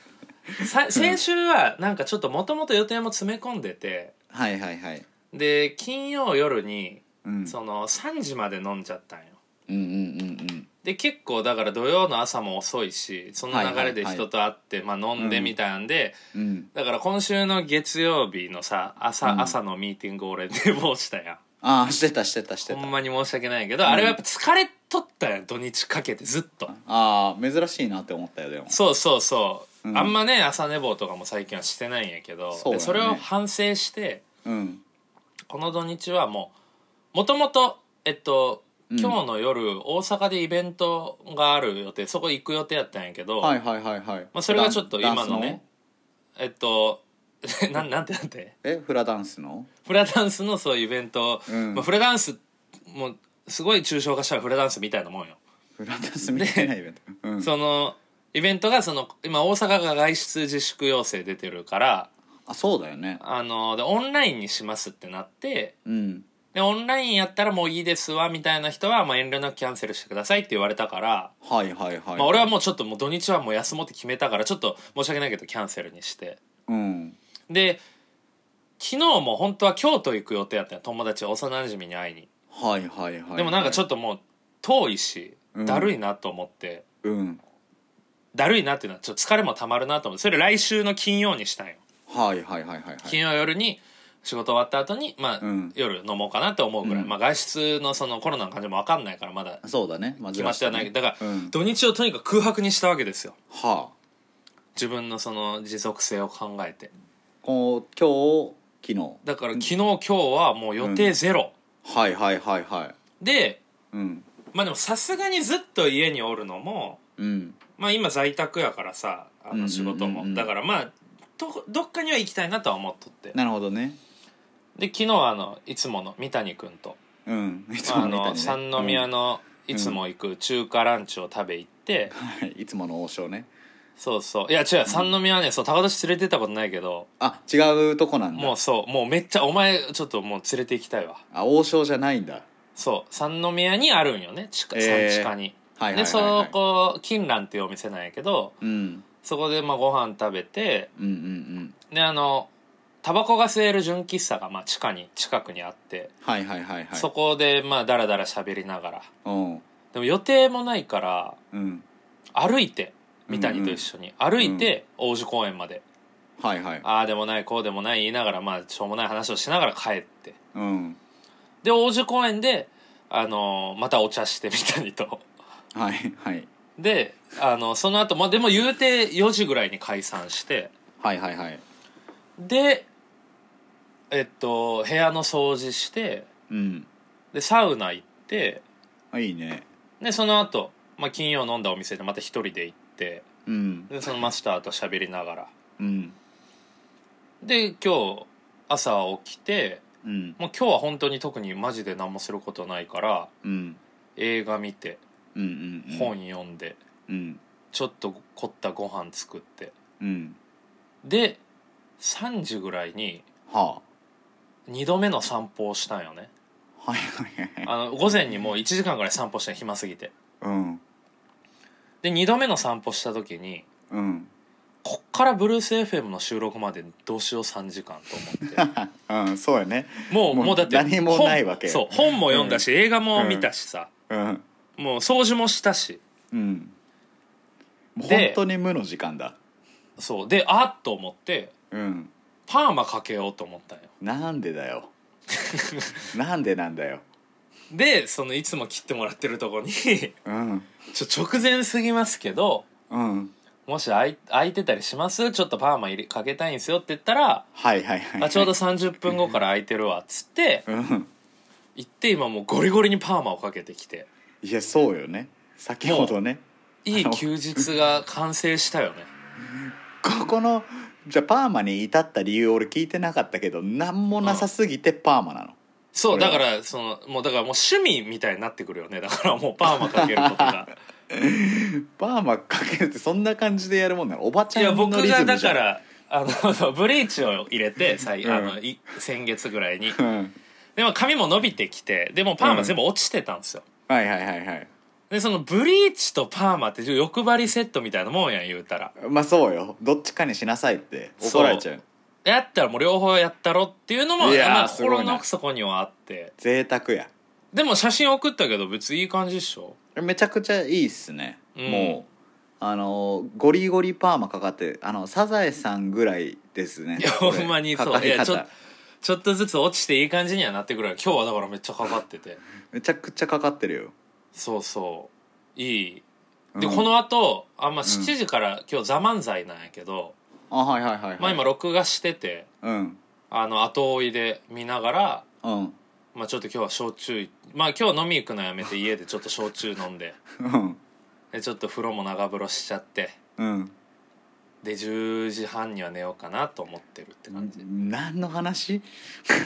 S1: いさ先週はなんかちょっともともと予定も詰め込んでて
S2: はいはいはい、
S1: で金曜夜に
S2: うん、
S1: その3時まで飲んじゃったんよ
S2: うんうんうん
S1: で結構だから土曜の朝も遅いしその流れで人と会って、まあ、飲んでみたいなんで、
S2: うんうん
S1: だから今週の月曜日のさ朝,、
S2: うん
S1: 朝のミーティング俺寝坊したやん
S2: ああしてたしてたしてた
S1: ほんまに申し訳ないけど、あれはやっぱ疲れとったやん土日かけてずっと、
S2: ああ珍しいなって思ったよでも
S1: そうそうそう、
S2: うん
S1: あんまね朝寝坊とかも最近はしてないんやけど
S2: そう
S1: で
S2: やね
S1: それを反省して
S2: うん
S1: この土日はもうもともとえっと
S2: うん
S1: 今日の夜大阪でイベントがある予定そこ行く予定やったんやけど、
S2: はいはいはいはい、
S1: まあそれがちょっと
S2: ダン
S1: 今のね
S2: ダンス
S1: えっと なんなんてなんて
S2: えフラダンスの
S1: フラダンスのそういうイベント、
S2: うん
S1: まあ、フラダンスもうすごい抽象化したらフラダンスみたいなもんよ、
S2: フラダンスみたいなイベント、うん、
S1: そのイベントがその今大阪が外出自粛要請出てるから
S2: あそうだよね
S1: あのでオンラインにしますってなって
S2: うん
S1: でオンラインやったらもういいですわみたいな人はもう遠慮なくキャンセルしてくださいって言われたから、
S2: はいはいはい、
S1: まあ、俺はもうちょっともう土日はもう休もうって決めたからちょっと申し訳ないけどキャンセルにして
S2: うん
S1: で昨日も本当は京都行く予定だったよ友達幼馴染に会いに
S2: はいはいはい
S1: でもなんかちょ
S2: っ
S1: っともう遠いし
S2: うん
S1: だるいなと思って、
S2: とうん
S1: だるいなっていうのはちょっと疲れもたまるなと思ってそれ来週の金曜にしたんよ
S2: はいはいはいはいは
S1: 金
S2: い
S1: 曜夜に仕事終わった後にまあ、
S2: うん
S1: 夜飲もうかなって思うぐらい、
S2: うん
S1: まあ外出のそのコロナの感じも分かんないからまだ
S2: そうだね、まあ
S1: 決まってはないけどだから、
S2: うん
S1: 土日をとにかく空白にしたわけですよ
S2: はあ
S1: 自分のその持続性を考えて
S2: こう今日昨
S1: だから昨日今日はもう予定ゼロ、
S2: 日はいはいはいはい
S1: で
S2: うん
S1: まあでもさすがにずっと家におるのも
S2: うん
S1: まあ今在宅やからさあ
S2: うんうんうんう
S1: の
S2: ん
S1: 仕事も、だからまあどどっかには行きたいなとは思っとって
S2: なるほどね
S1: で昨日はあのいつもの三谷君と
S2: うんいつ
S1: あ
S2: もみたいにね
S1: の三宮のいつも行く中華ランチを食べ行 って、
S2: うんはいいつもの王将ね
S1: そうそういや違う三宮はねそう高田氏連れてったことないけど
S2: あ違うとこなんだ
S1: もうそうもうめっちゃお前ちょっともう連れて行きたいわ
S2: あ王将じゃないんだ
S1: そう三宮にあるんよね地下,、
S2: えー
S1: 地下に、
S2: はいはいはい、はい、
S1: でそこ金蘭っていうお店なんやけど
S2: うん
S1: そこでまあご飯食べて
S2: うんうんうん
S1: であのタバコが吸える純喫茶がまあ地下に近くにあって、
S2: はいはいはいはい
S1: そこでまあダラダラ喋りながら
S2: うん
S1: でも予定もないから
S2: うん
S1: 歩いて三谷と一緒に歩いて王子公園まで、
S2: はいはい
S1: ああでもないこうでもない言いながらまあしょうもない話をしながら帰って
S2: うん
S1: で王子公園で、あのーまたお茶して三谷と
S2: はいはい
S1: で、あのその後まあでも言うて4時ぐらいに解散して
S2: はいはいはい
S1: でえっと部屋の掃除して
S2: うん
S1: でサウナ行って
S2: あいいね
S1: でその後、まあ金曜飲んだお店でまた一人で行って
S2: うん
S1: でそのマスターと喋りながら
S2: うん
S1: で今日朝起きて
S2: うん
S1: もう今日は本当に特にマジで何もすることないから
S2: うん
S1: 映画見て
S2: うんうんうん
S1: 本読んで、
S2: うん
S1: ちょっと凝ったご飯作って
S2: うん
S1: で3時ぐらいに
S2: は
S1: 2度目の散歩をしたんよね
S2: あはいはい
S1: あ
S2: はい
S1: の午前にもう1時間ぐらい散歩したの暇すぎて
S2: うん
S1: で2度目の散歩した時に
S2: うん
S1: こっからブルース FM の収録までどうしよう3時間と思って
S2: うんそうやね
S1: もう
S2: もう
S1: もうだって
S2: 何も
S1: 本
S2: ないわけよ
S1: そう本も読んだし、映画も見たしさ、
S2: うん
S1: もう掃除もしたし
S2: うんもう
S1: で
S2: 本当に無の時間だ
S1: そうであっと思って
S2: うん
S1: パーマかけようと思ったんよ
S2: なんで だよなんでなんだよ
S1: でそのいつも切ってもらってるとこに ち
S2: うん
S1: ょ直前すぎますけど
S2: うん
S1: もし空い空いてたりしますちょっとパーマ入れかけたいんですよって言ったら
S2: はいはいはい
S1: あちょうど30分後から空いてるわっつって
S2: うん
S1: 行って今もうゴリゴリにパーマをかけてきて
S2: いやそうよね先ほどね
S1: いい休日が完成したよね
S2: ここのじゃあパーマに至った理由俺聞いてなかったけど何もなさすぎてパーマなの、
S1: そう
S2: これ
S1: だ
S2: は
S1: からそのもうだからもう趣味みたいになってくるよねだからもうパーマかけること が
S2: パーマかけるってそんな感じでやるもんなのおばち
S1: い
S2: ゃ
S1: や
S2: んの
S1: 僕
S2: リズムじゃん
S1: がだからあのブリーチを入れてさいあ
S2: う
S1: のい先月ぐらいに
S2: うん
S1: でも髪も伸びてきてでもパーマ全部落ちてたんですよ、
S2: はいはいはいはい
S1: でそのブリーチとパーマって欲張りセットみたいなもんやん言うたら
S2: まあそうよどっちかにしなさいって怒られちゃう
S1: やったらもう両方やったろっていうのも
S2: いやー
S1: まあ、
S2: すごいな
S1: 心の奥底にはあって
S2: 贅沢や
S1: でも写真送ったけど別にいい感じっしょ
S2: めちゃくちゃいいっすね、
S1: うん
S2: もうあのゴリゴリパーマかかってあのサザエさんぐらいですね
S1: いや
S2: これ
S1: ほんまにそう
S2: かかり
S1: いやちょ
S2: 方
S1: ちょっとずつ落ちていい感じにはなってくる今日はだからめっちゃかかってて
S2: めちゃくちゃかかってるよ
S1: そうそういいで、
S2: うん
S1: この後あまあ7時から今日「ザ漫才なんやけど、
S2: あはいはいはい、はい、
S1: まあ今録画してて
S2: うん
S1: あの後追いで見ながら、
S2: うん
S1: まあ、ちょっと今日は焼酎まあ今日飲み行くのやめて家でちょっと焼酎飲んで
S2: うん
S1: でちょっと風呂も長風呂しちゃって
S2: うん
S1: で10時半には寝ようかなと思ってるって感じい
S2: 何の話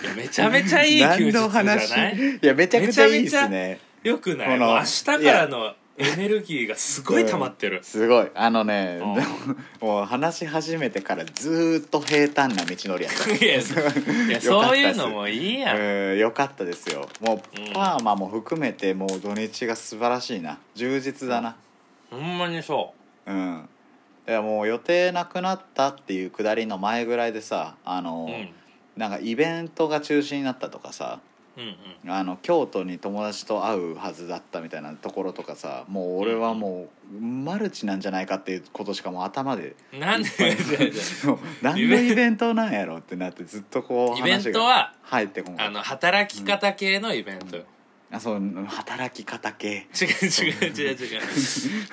S1: やめちゃめちゃいい休日じゃない
S2: 何の話いやめちゃくちゃいいですね
S1: よくな
S2: こ
S1: い
S2: の
S1: もう明日からのエネルギーがすごい溜まってる、
S2: すごいあのね、
S1: うん
S2: でももう話し始めてからずーっと平坦な道のりやった
S1: いやそいやそういうのもい いやん、
S2: うん良かったですよもう
S1: うん
S2: パーマも含めてもう土日が素晴らしいな充実だな
S1: ほんまにそ
S2: うんいやもう予定なくなったっていうくだりの前ぐらいでさあの、
S1: ううん
S2: なんかイベントが中止になったとかさ
S1: うんうん
S2: あの京都に友達と会うはずだったみたいなところとかさもう俺はもうマルチなんじゃないかっていうことしかもう頭で
S1: なんで
S2: そう何のイベントなんやろってなってずっとこう
S1: イベン
S2: 話
S1: ト
S2: が
S1: は
S2: 入ってこんか
S1: あ
S2: った
S1: の働き方系のイベントよ、
S2: あそう働き方系
S1: 違う違う違う違う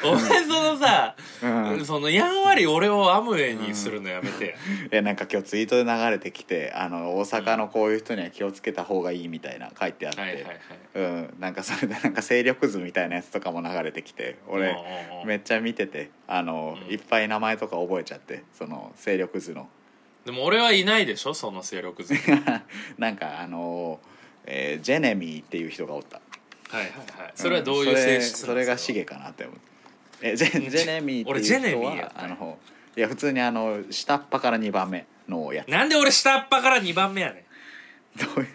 S1: お前そのさ、
S2: うん
S1: そのやんわり俺をアムウェイにするのやめて、
S2: えなんか今日ツイ ートで流れてきてあの大阪のこういう人には気をつけた方がいいみたいな書いてあって、
S1: はいはいはい
S2: うん、なんかそれでなんか勢力図みたいなやつとかも流れてきて
S1: うん
S2: 俺
S1: うんうん
S2: めっちゃ見ててあの、
S1: うん
S2: いっぱい名前とか覚えちゃってその勢力図の
S1: でも俺はいないでしょその勢力図はい
S2: なんかあの、えージェネミーっていう人がおった
S1: はいはいそれはどういう性質
S2: それそれがシ
S1: 源
S2: ゲかなって思う えジェジェネミーっていう
S1: 俺ジェ
S2: 人
S1: ネミーやっ
S2: は
S1: た
S2: あのいや普通にあの下っ端から2番目のやつ
S1: なんで俺下っ端から2番目やねん
S2: どういう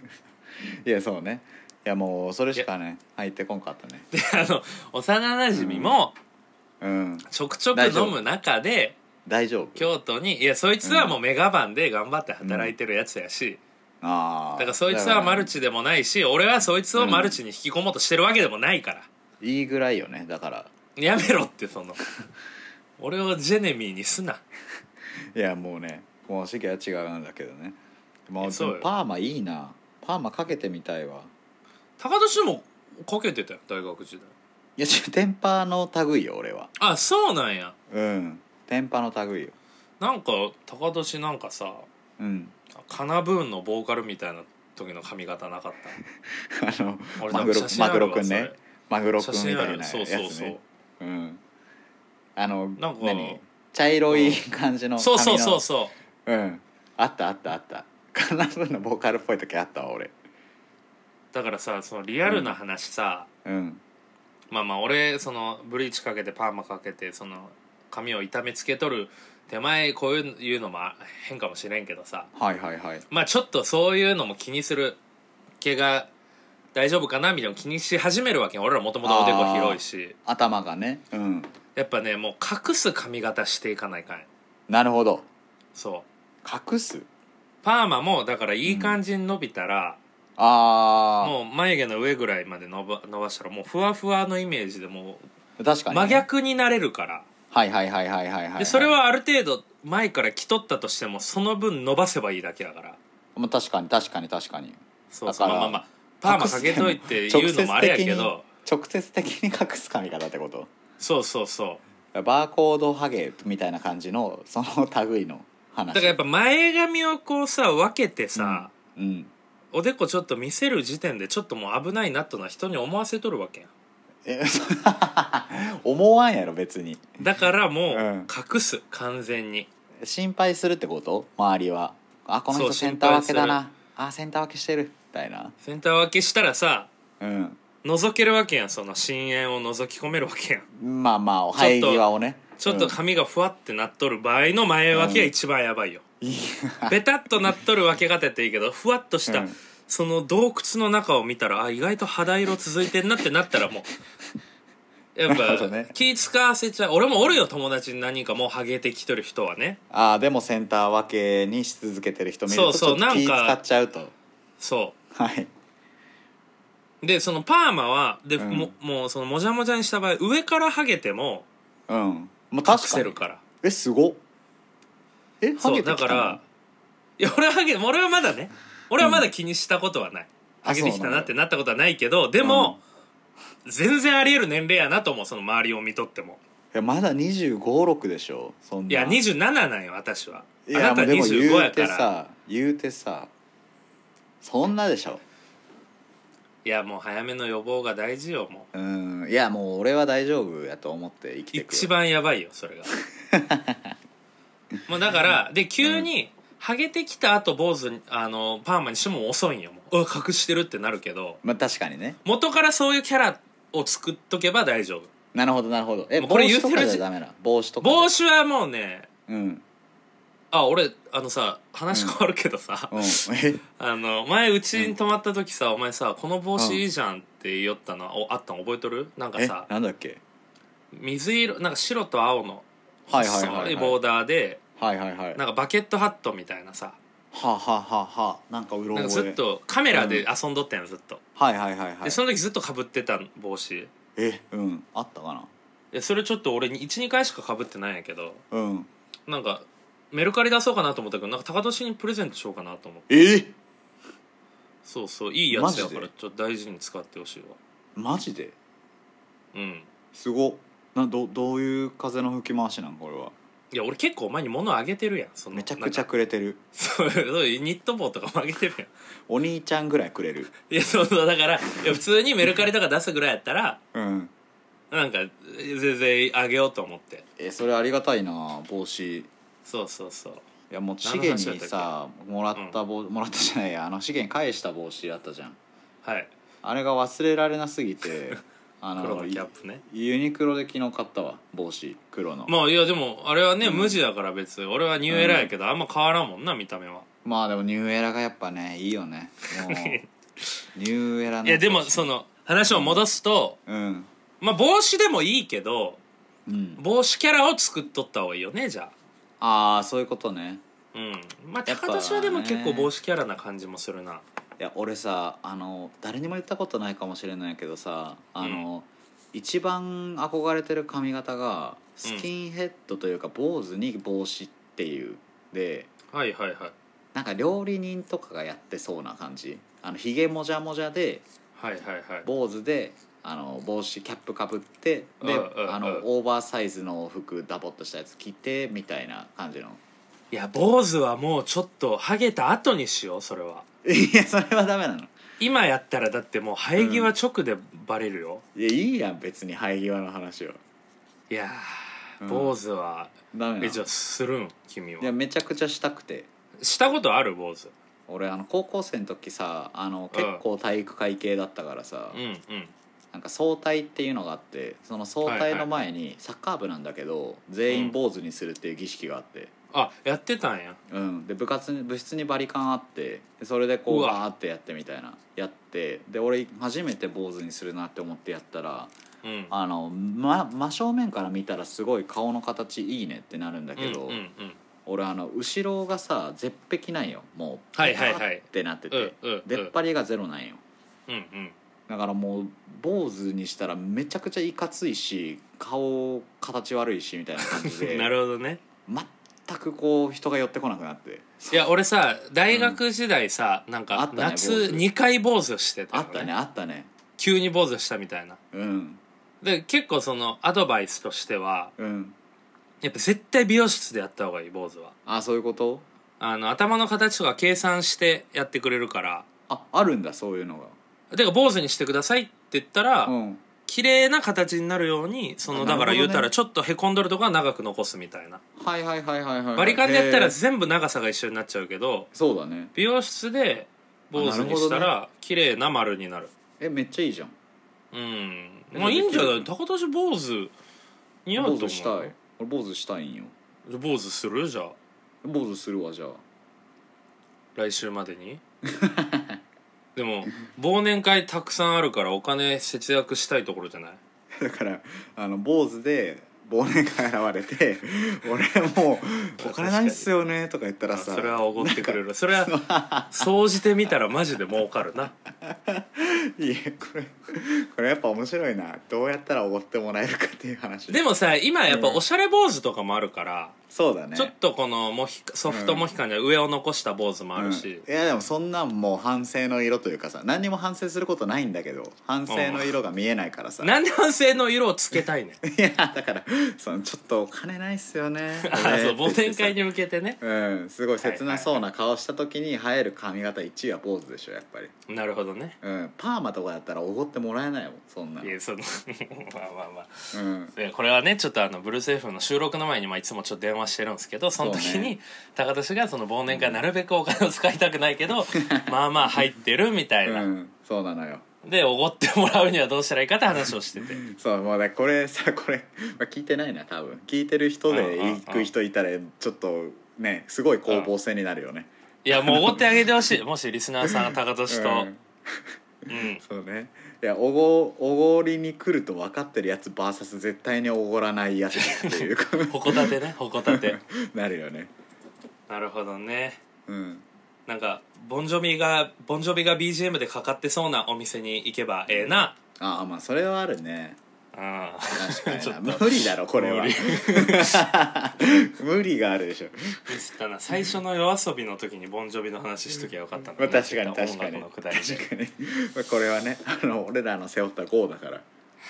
S2: いやそうねいやもうそれしかね入ってこんかったね
S1: であの幼なじみも
S2: うん
S1: ちょくちょく飲む中で
S2: 大丈夫
S1: 京都にいやそいつはもうメガバンで頑張って働いてるやつやし、
S2: ああ
S1: だからそいつはマルチでもないし俺はそいつをマルチに引き込もうとしてるわけでもないから、
S2: いいぐらいよねだから
S1: やめろって その俺をジェネミーにすない
S2: やもうねもう時期は違うんだけどねもう
S1: そうよ
S2: パーマいいなパーマかけてみたいわ
S1: 高年もかけてたよ大学時代
S2: いやちょテンパーの類いよ俺は
S1: あそうなんや
S2: うんテンパーの類いよ
S1: なんか高年なんかさ
S2: うん
S1: カナブーンのボーカルみたいな時の髪型なかっ
S2: あの
S1: た俺
S2: マ
S1: 多分
S2: グロ
S1: 写真
S2: マ
S1: あ
S2: グ
S1: る
S2: ロ
S1: わ
S2: くん
S1: そ
S2: ね
S1: れ
S2: マグロく
S1: 写
S2: んみた
S1: 真あ
S2: いなやつ
S1: る
S2: ね
S1: そうそうそう
S2: うんあの
S1: なんか
S2: 何茶色い感じの
S1: そうそう
S2: 髪
S1: そ
S2: の
S1: うそう
S2: うんあったあったあったカナブンのボーカルっぽい時あったわ俺
S1: だからさそのリアルな話さ、
S2: うん
S1: まあまあ俺そのブリーチかけてパーマかけてその髪を痛めつけとる手前こういうのも変かもしれんけどさ
S2: はいはいはい
S1: まあちょっとそういうのも気にする毛が大丈夫かなみたいなの気にし始めるわけよ俺らもともとおでこ広いし
S2: 頭がねうん
S1: やっぱねもう隠す髪型していかないかんよ
S2: なるほど
S1: そう
S2: 隠す
S1: パーマもだからいい感じに伸びたら、
S2: あ
S1: もう眉毛の上ぐらいまで伸ば伸ばしたらもうふわふわのイメージでも
S2: あ確か
S1: う
S2: にね、
S1: 真逆になれるから、
S2: はいはいはいはいはいはい
S1: でそれはある程度前から着とったとしてもその分伸ばせばいいだけだから
S2: まあ確かに確かに確かに
S1: そうそう
S2: だ
S1: まあ
S2: から
S1: まあまあパーマかけといて言うのもあれやけど
S2: 直接的に隠す髪型ってこと
S1: そうそうそう
S2: バーコードハゲみたいな感じのその類の話
S1: だからやっぱ前髪をこうさ分けてさ、
S2: うん
S1: おでこちょっと見せる時点でちょっともう危ないなとのは人に思わせとるわけやん
S2: え 思わんやろ別に
S1: だからも
S2: うん
S1: う隠す、完全に
S2: 心配するってこと周りはあこの
S1: そ
S2: 人
S1: う
S2: センター分けだ
S1: 心
S2: なあセンター分けしてるみたいな
S1: センター分けしたらさ
S2: うん
S1: 覗けるわけやんその深淵を覗き込めるわけやん
S2: まあまあ生え際をね
S1: ちょっと
S2: うん
S1: 髪がふわってなっとる場合の前分けが一番やばいよ、
S2: い や
S1: ベタっとなっとる分け方やっていいけどふわっとした、
S2: うん
S1: その洞窟の中を見たらあ意外と肌色続いてんなってなったらもうやっ
S2: なる
S1: ぱ、
S2: ほどね
S1: 気使わせちゃう俺もおるよ友達に何人かもうハゲてきとる人はね
S2: あーでもセンター分けにし続けてる人見るとち
S1: そうそ
S2: ょ
S1: う
S2: っと気
S1: なんか
S2: 使っちゃうと
S1: そ
S2: はい、
S1: うでそのパーマはで、
S2: うん
S1: ももうそのもじゃもじゃにした場合上からハゲても
S2: うん、もう
S1: 隠
S2: 確か
S1: せ
S2: に
S1: るから
S2: えすごっえハ
S1: そ
S2: ゲ
S1: う
S2: て
S1: だ
S2: きた
S1: か
S2: の
S1: らいや俺はハゲ俺はまだね俺はまだ気にしたことはない、ハゲてきたなってなったことはないけどでも、全然あり得る年齢やなと思うその周りを見とっても
S2: いやまだ2 5 6でしょそんない
S1: や27なんよ私はいあなた
S2: もうでも
S1: 25
S2: 言
S1: や
S2: う
S1: か
S2: て
S1: ら
S2: さ言うてさそんなでしょ
S1: いやもう早めの予防が大事よも
S2: うんいやもう俺は大丈夫やと思って生き
S1: う
S2: てくよ
S1: 一番やばいよそれ がもうだからで急に、ハゲてきた後坊主にあのパーマにしても遅いんよもううわ隠してるってなるけど
S2: まあ確かにね
S1: 元からそういうキャラを作っとけば大丈夫
S2: なるほどなるほどえ
S1: もう
S2: 帽
S1: これ
S2: 子と
S1: 言
S2: か
S1: ってる
S2: じゃ
S1: し
S2: ダメな帽子とか
S1: 帽子はもうね
S2: うん
S1: あ俺あのさ話変わるけどさ、
S2: うんえ
S1: あの前うちに泊まった時さ、お前さ「この帽子いいじゃん」って言おったの、おあったの覚えとるなんか
S2: え
S1: さ
S2: なんだっけ
S1: 水色なんか白と青の
S2: はいはいはいはい
S1: 細いボーダーで
S2: はいはいはい
S1: なんかバケットハットみたいなさ
S2: はあ、はあはあはあ、なんかうろ
S1: なんか
S2: 覚え
S1: ずっとカメラで遊んどったやんずっと、
S2: はいはいはいはい
S1: でその時ずっとかぶってた帽子
S2: えうんあったかな
S1: でそれちょっと俺12回しかかぶってないんやけど
S2: うん
S1: なんかメルカリ出そうかなと思ったけどなんか高年にプレゼントしようかなと思って
S2: え
S1: そうそういいや
S2: マ
S1: つ
S2: ジ
S1: だ
S2: で
S1: からちょっと大事に使ってほしいわ
S2: マジで
S1: うん
S2: すごなどどういう風の吹き回しなんこれはい
S1: や俺結構お前に物あげてるやんその
S2: めちゃくちゃ
S1: なんか
S2: くれてる
S1: そうそうニット帽とかもあげてるやん
S2: お兄ちゃんぐらいくれる
S1: いやそうそうだからいや普通にメルカリとか出すぐらいやったら
S2: うん
S1: なんか全然あげようと思って
S2: えそれありがたいな帽子い
S1: そうそうそう
S2: やもう
S1: 何
S2: シ
S1: の
S2: ゲ
S1: 話だっ
S2: に
S1: たっけ
S2: さもらった帽、もらったじゃないやあのシゲに返した帽子あったじゃん
S1: はい
S2: あれが忘れられなす ぎてあ
S1: 黒
S2: の
S1: のキャップね
S2: ユニクロで昨日買ったわ帽子黒の
S1: まあいやでもあれはね、
S2: うん
S1: 無地だから別に俺はニューエラーやけど、あんま変わらんもんな見た目は
S2: まあでもニューエラがやっぱねいいよね もうニューエラの
S1: いやでもその話を戻すと、
S2: うん
S1: まあ帽子でもいいけど
S2: うん
S1: 帽子キャラを作っとった方がいいよねじゃあ
S2: ああそういうことね
S1: うんまあ
S2: やっぱ
S1: 高年はでも結構帽子キャラな感じもするない
S2: や俺さあの誰にも言ったことないかもしれないけどさあの、一番憧れてる髪型がスキンヘッドというか坊主に帽子っていうで
S1: はいはいはい
S2: なんか料理人とかがやってそうな感じあのひげもじゃもじゃで
S1: はいはいはい
S2: 坊主であの帽子キャップかぶって
S1: う
S2: で、
S1: んうんうん
S2: あのオーバーサイズの服ダボっとしたやつ着てみたいな感じの
S1: いや坊主はもうちょっとハゲた後にしようそれはい
S2: やそれはダメなの
S1: 今やったらだってもう生え際直でバレるよ、
S2: いやいいやん別に生え際の話はい
S1: やー、
S2: うん
S1: 坊主は
S2: ダメな
S1: えじゃ
S2: の
S1: あするん君
S2: いや
S1: は
S2: めちゃくちゃしたくて
S1: したことある坊主
S2: 俺あの高校生の時さあの
S1: うん
S2: 結構体育会系だったからさ、
S1: うんうん
S2: なんか総体っていうのがあってその総体の前にサッカー部なんだけど全員坊主にするっていう儀式があって、
S1: あやってたんや
S2: うん、で部活に部室にバリカンあってでそれでこう
S1: うわ
S2: バーってやってみたいなやってで俺初めて坊主にするなって思ってやったら
S1: うん
S2: あの、ま、真正面から見たらすごい顔の形いいねってなるんだけど、
S1: うんうん
S2: 俺あの後ろがさ絶壁なんよもう
S1: はいはいはい
S2: ペタってなってて、
S1: うんうんうん
S2: 出っ張りがゼロなんよ
S1: うんうん
S2: だからもう坊主にしたらめちゃくちゃいかついし顔形悪いしみたいな感じ
S1: う
S2: で
S1: ん なるほどね
S2: 全くこう人が寄ってこなくなって
S1: いや俺さ大学時代さ、なん
S2: あっ
S1: か
S2: たね
S1: 夏
S2: 坊主
S1: 2回坊主してた
S2: あ
S1: よ、
S2: ったねあったね
S1: 急に坊主したみたいな
S2: うん
S1: で結構そのアドバイスとしては
S2: うん
S1: やっぱ絶対美容室でやった方がいい坊主は
S2: あそういうこと
S1: あの頭の形とか計算してやってくれるから
S2: ああるんだそういうの
S1: てか坊主にしてくださいって言ったら、
S2: がうん
S1: 綺麗な形になるようにその
S2: あ
S1: だから
S2: なるほ
S1: 言
S2: どね
S1: うたらちょっとへこんどるとこは長く残すみたいな
S2: はいはいはいはいはい
S1: バリカンでやった
S2: へ
S1: ら
S2: ー
S1: 全部長さが一緒になっちゃうけど
S2: そうだね
S1: 美容室で坊主にした
S2: あなるほ
S1: ら綺麗な丸になる
S2: えめっちゃいいじゃん
S1: うんまあいいんじゃない高年坊主似合うと思
S2: 坊
S1: う
S2: 主したい俺坊主したいんよ
S1: 坊主するじゃあ
S2: 坊主するわじゃあ
S1: 来週までに でも忘年会たくさんあるからお金節約したいところじゃない
S2: だからあの坊主で忘年会現れて 俺もう「お金ないっすよね」とか言ったら
S1: あ
S2: さ
S1: それはおごってくれるそれ は総じてみたらマジで儲かるない
S2: やこれこれやっぱ面白いなどうやったらおごってもらえるかっていう話
S1: でもさ今やっぱおしゃれ坊主とかもあるから、
S2: そうだね
S1: ちょっとこのモヒカソフトモヒカンで上を残した坊主もあるし、
S2: うんいやでもそんなんもう反省の色というかさ何にも反省することないんだけど反省の色が見えないからさ、い
S1: なんで反省の色をつけた いねん
S2: や だからそのちょっとお金ないっすよ ね
S1: あーそう
S2: 俺っ
S1: 忘
S2: て言
S1: 年
S2: ってさ
S1: 会に向けてね
S2: うんすごい切なそうな顔した時に生える髪型1位は坊主でしょやっぱり
S1: なるほどね
S2: うんパーマとかだったらおごってもらえないもんそんなの
S1: いやその まあまあまあ
S2: うん
S1: でこれはねちょっとあのブルース F の収録の前に、まあ、いつもちょっと電話してるんですけどその時
S2: そう
S1: に
S2: ね
S1: 高田氏がその 忘年会なるべくお金を使いたくないけどまあまあ入ってるみたいな、
S2: うんそうなのよ
S1: でおごってもらうにはどうしたらいいかって話をしてて
S2: そうもうだこれさ これ、まあ、聞いてないな多分聞いてる人
S1: うん
S2: で
S1: うんうん
S2: 行く人いたらちょっとねすごい攻防戦になるよね、
S1: いやもうおごってあげてほしいもしリスナーさんが高
S2: う
S1: 俊と、
S2: ん、
S1: うん、
S2: そうねいやおごおごりに来ると分かってるやつ VS 絶対におごらないやつって いう
S1: ほこたてねほこたて
S2: なるよね
S1: なるほどね
S2: うん
S1: なんかボンジョビがボンジョビが BGM でかかってそうなお店に行けばええな
S2: ああまあそれはあるね
S1: うん
S2: 確かに
S1: ちょっ
S2: な
S1: と
S2: 無理だろこれは
S1: 無理
S2: 無理があるでしょ
S1: ミスったな最初の夜遊びの時にボンジョビの話しときゃよかったんだ
S2: まあ
S1: な
S2: 確かに確
S1: 音
S2: か
S1: 楽
S2: に
S1: のく
S2: 確
S1: だ
S2: か
S1: りで
S2: にまあこれはねあの俺らの背負った号だから、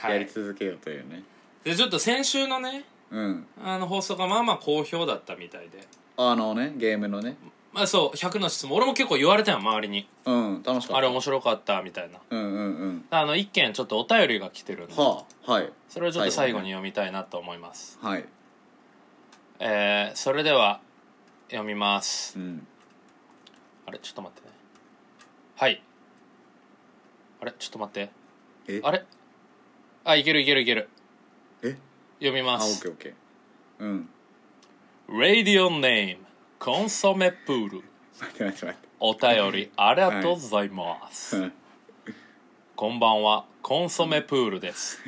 S1: は
S2: やり
S1: い、
S2: 続けようというね
S1: でちょっと先週のね
S2: うん
S1: あの放送がまあまあ好評だったみたいで
S2: あのねゲームのね
S1: まあそう100の質問俺も結構言われたよ周りに
S2: うん楽しかった
S1: あれ面白かったみたいな
S2: うんうんうん
S1: あの一件ちょっとお便りが来てるんで
S2: はあはい
S1: それをちょっと最後に
S2: ね
S1: 読みたいなと思います、
S2: はい
S1: えー、それでは読みます
S2: うん
S1: あれちょっと待ってねはいあれちょっと待って
S2: え
S1: あれあいけるいけるいける
S2: え
S1: 読みま
S2: あオッ
S1: す
S2: ケーオッケーうん
S1: レディオネームコンソメプール
S2: 待って待って待って
S1: お 便りありがとうございます、
S2: うん
S1: こんばんはコンソメプールです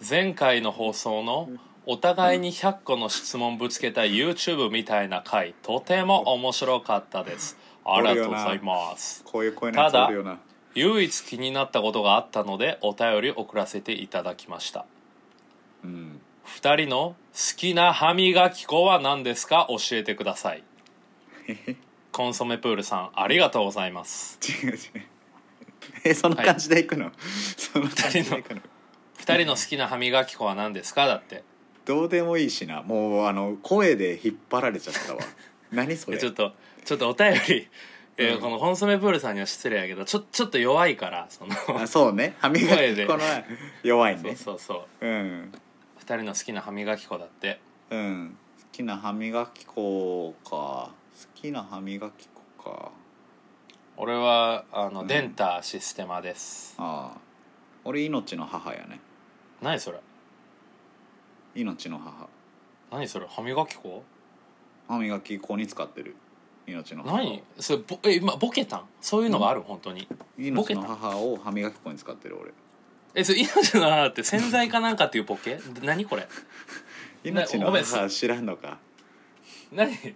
S1: 前回の放送のお互いに100個の質問ぶつけた YouTube みたいな回とても面白かったですありがとうございます
S2: こういう声のやつおるよな
S1: 唯一気になったことがあったのでお便り送らせていただきました
S2: うん
S1: 2人の好きな歯磨き粉は何ですか教えてくだ さいコンソメプールさんありがとうございます
S2: 違う違うえその感じでいくの、その感じでいくの
S1: 2人の好きな歯磨き粉は何ですかだって
S2: どうでもいいしなもうあの声で引っ張られちゃったわ何そ
S1: え
S2: れ
S1: ちょっとちょっとお便り、えー
S2: うん
S1: このコンソメプールさんには失礼やけどちょちょっと弱いからその
S2: あ そうね歯磨
S1: 声
S2: き
S1: で
S2: 粉の弱い
S1: そう
S2: ね
S1: そうそう
S2: うん
S1: 2人の好きな歯磨き粉だって
S2: うん好きな歯磨き粉か好きな歯磨き粉か
S1: 俺はあの、
S2: うん
S1: デンタシステマです
S2: ああ俺命の母やね
S1: 何それ
S2: 命の母
S1: 何それ歯磨き粉
S2: 歯磨き粉に使ってる命の母
S1: 何それぼえ今ボケたんそういうのがある、本当にボ
S2: 命
S1: ケ
S2: の
S1: た
S2: 母を歯磨き粉に使ってる俺
S1: えそれ命の母って洗剤かなんかっていうボケ何これ
S2: 命の
S1: ごめん
S2: 母知らんのか
S1: 何ち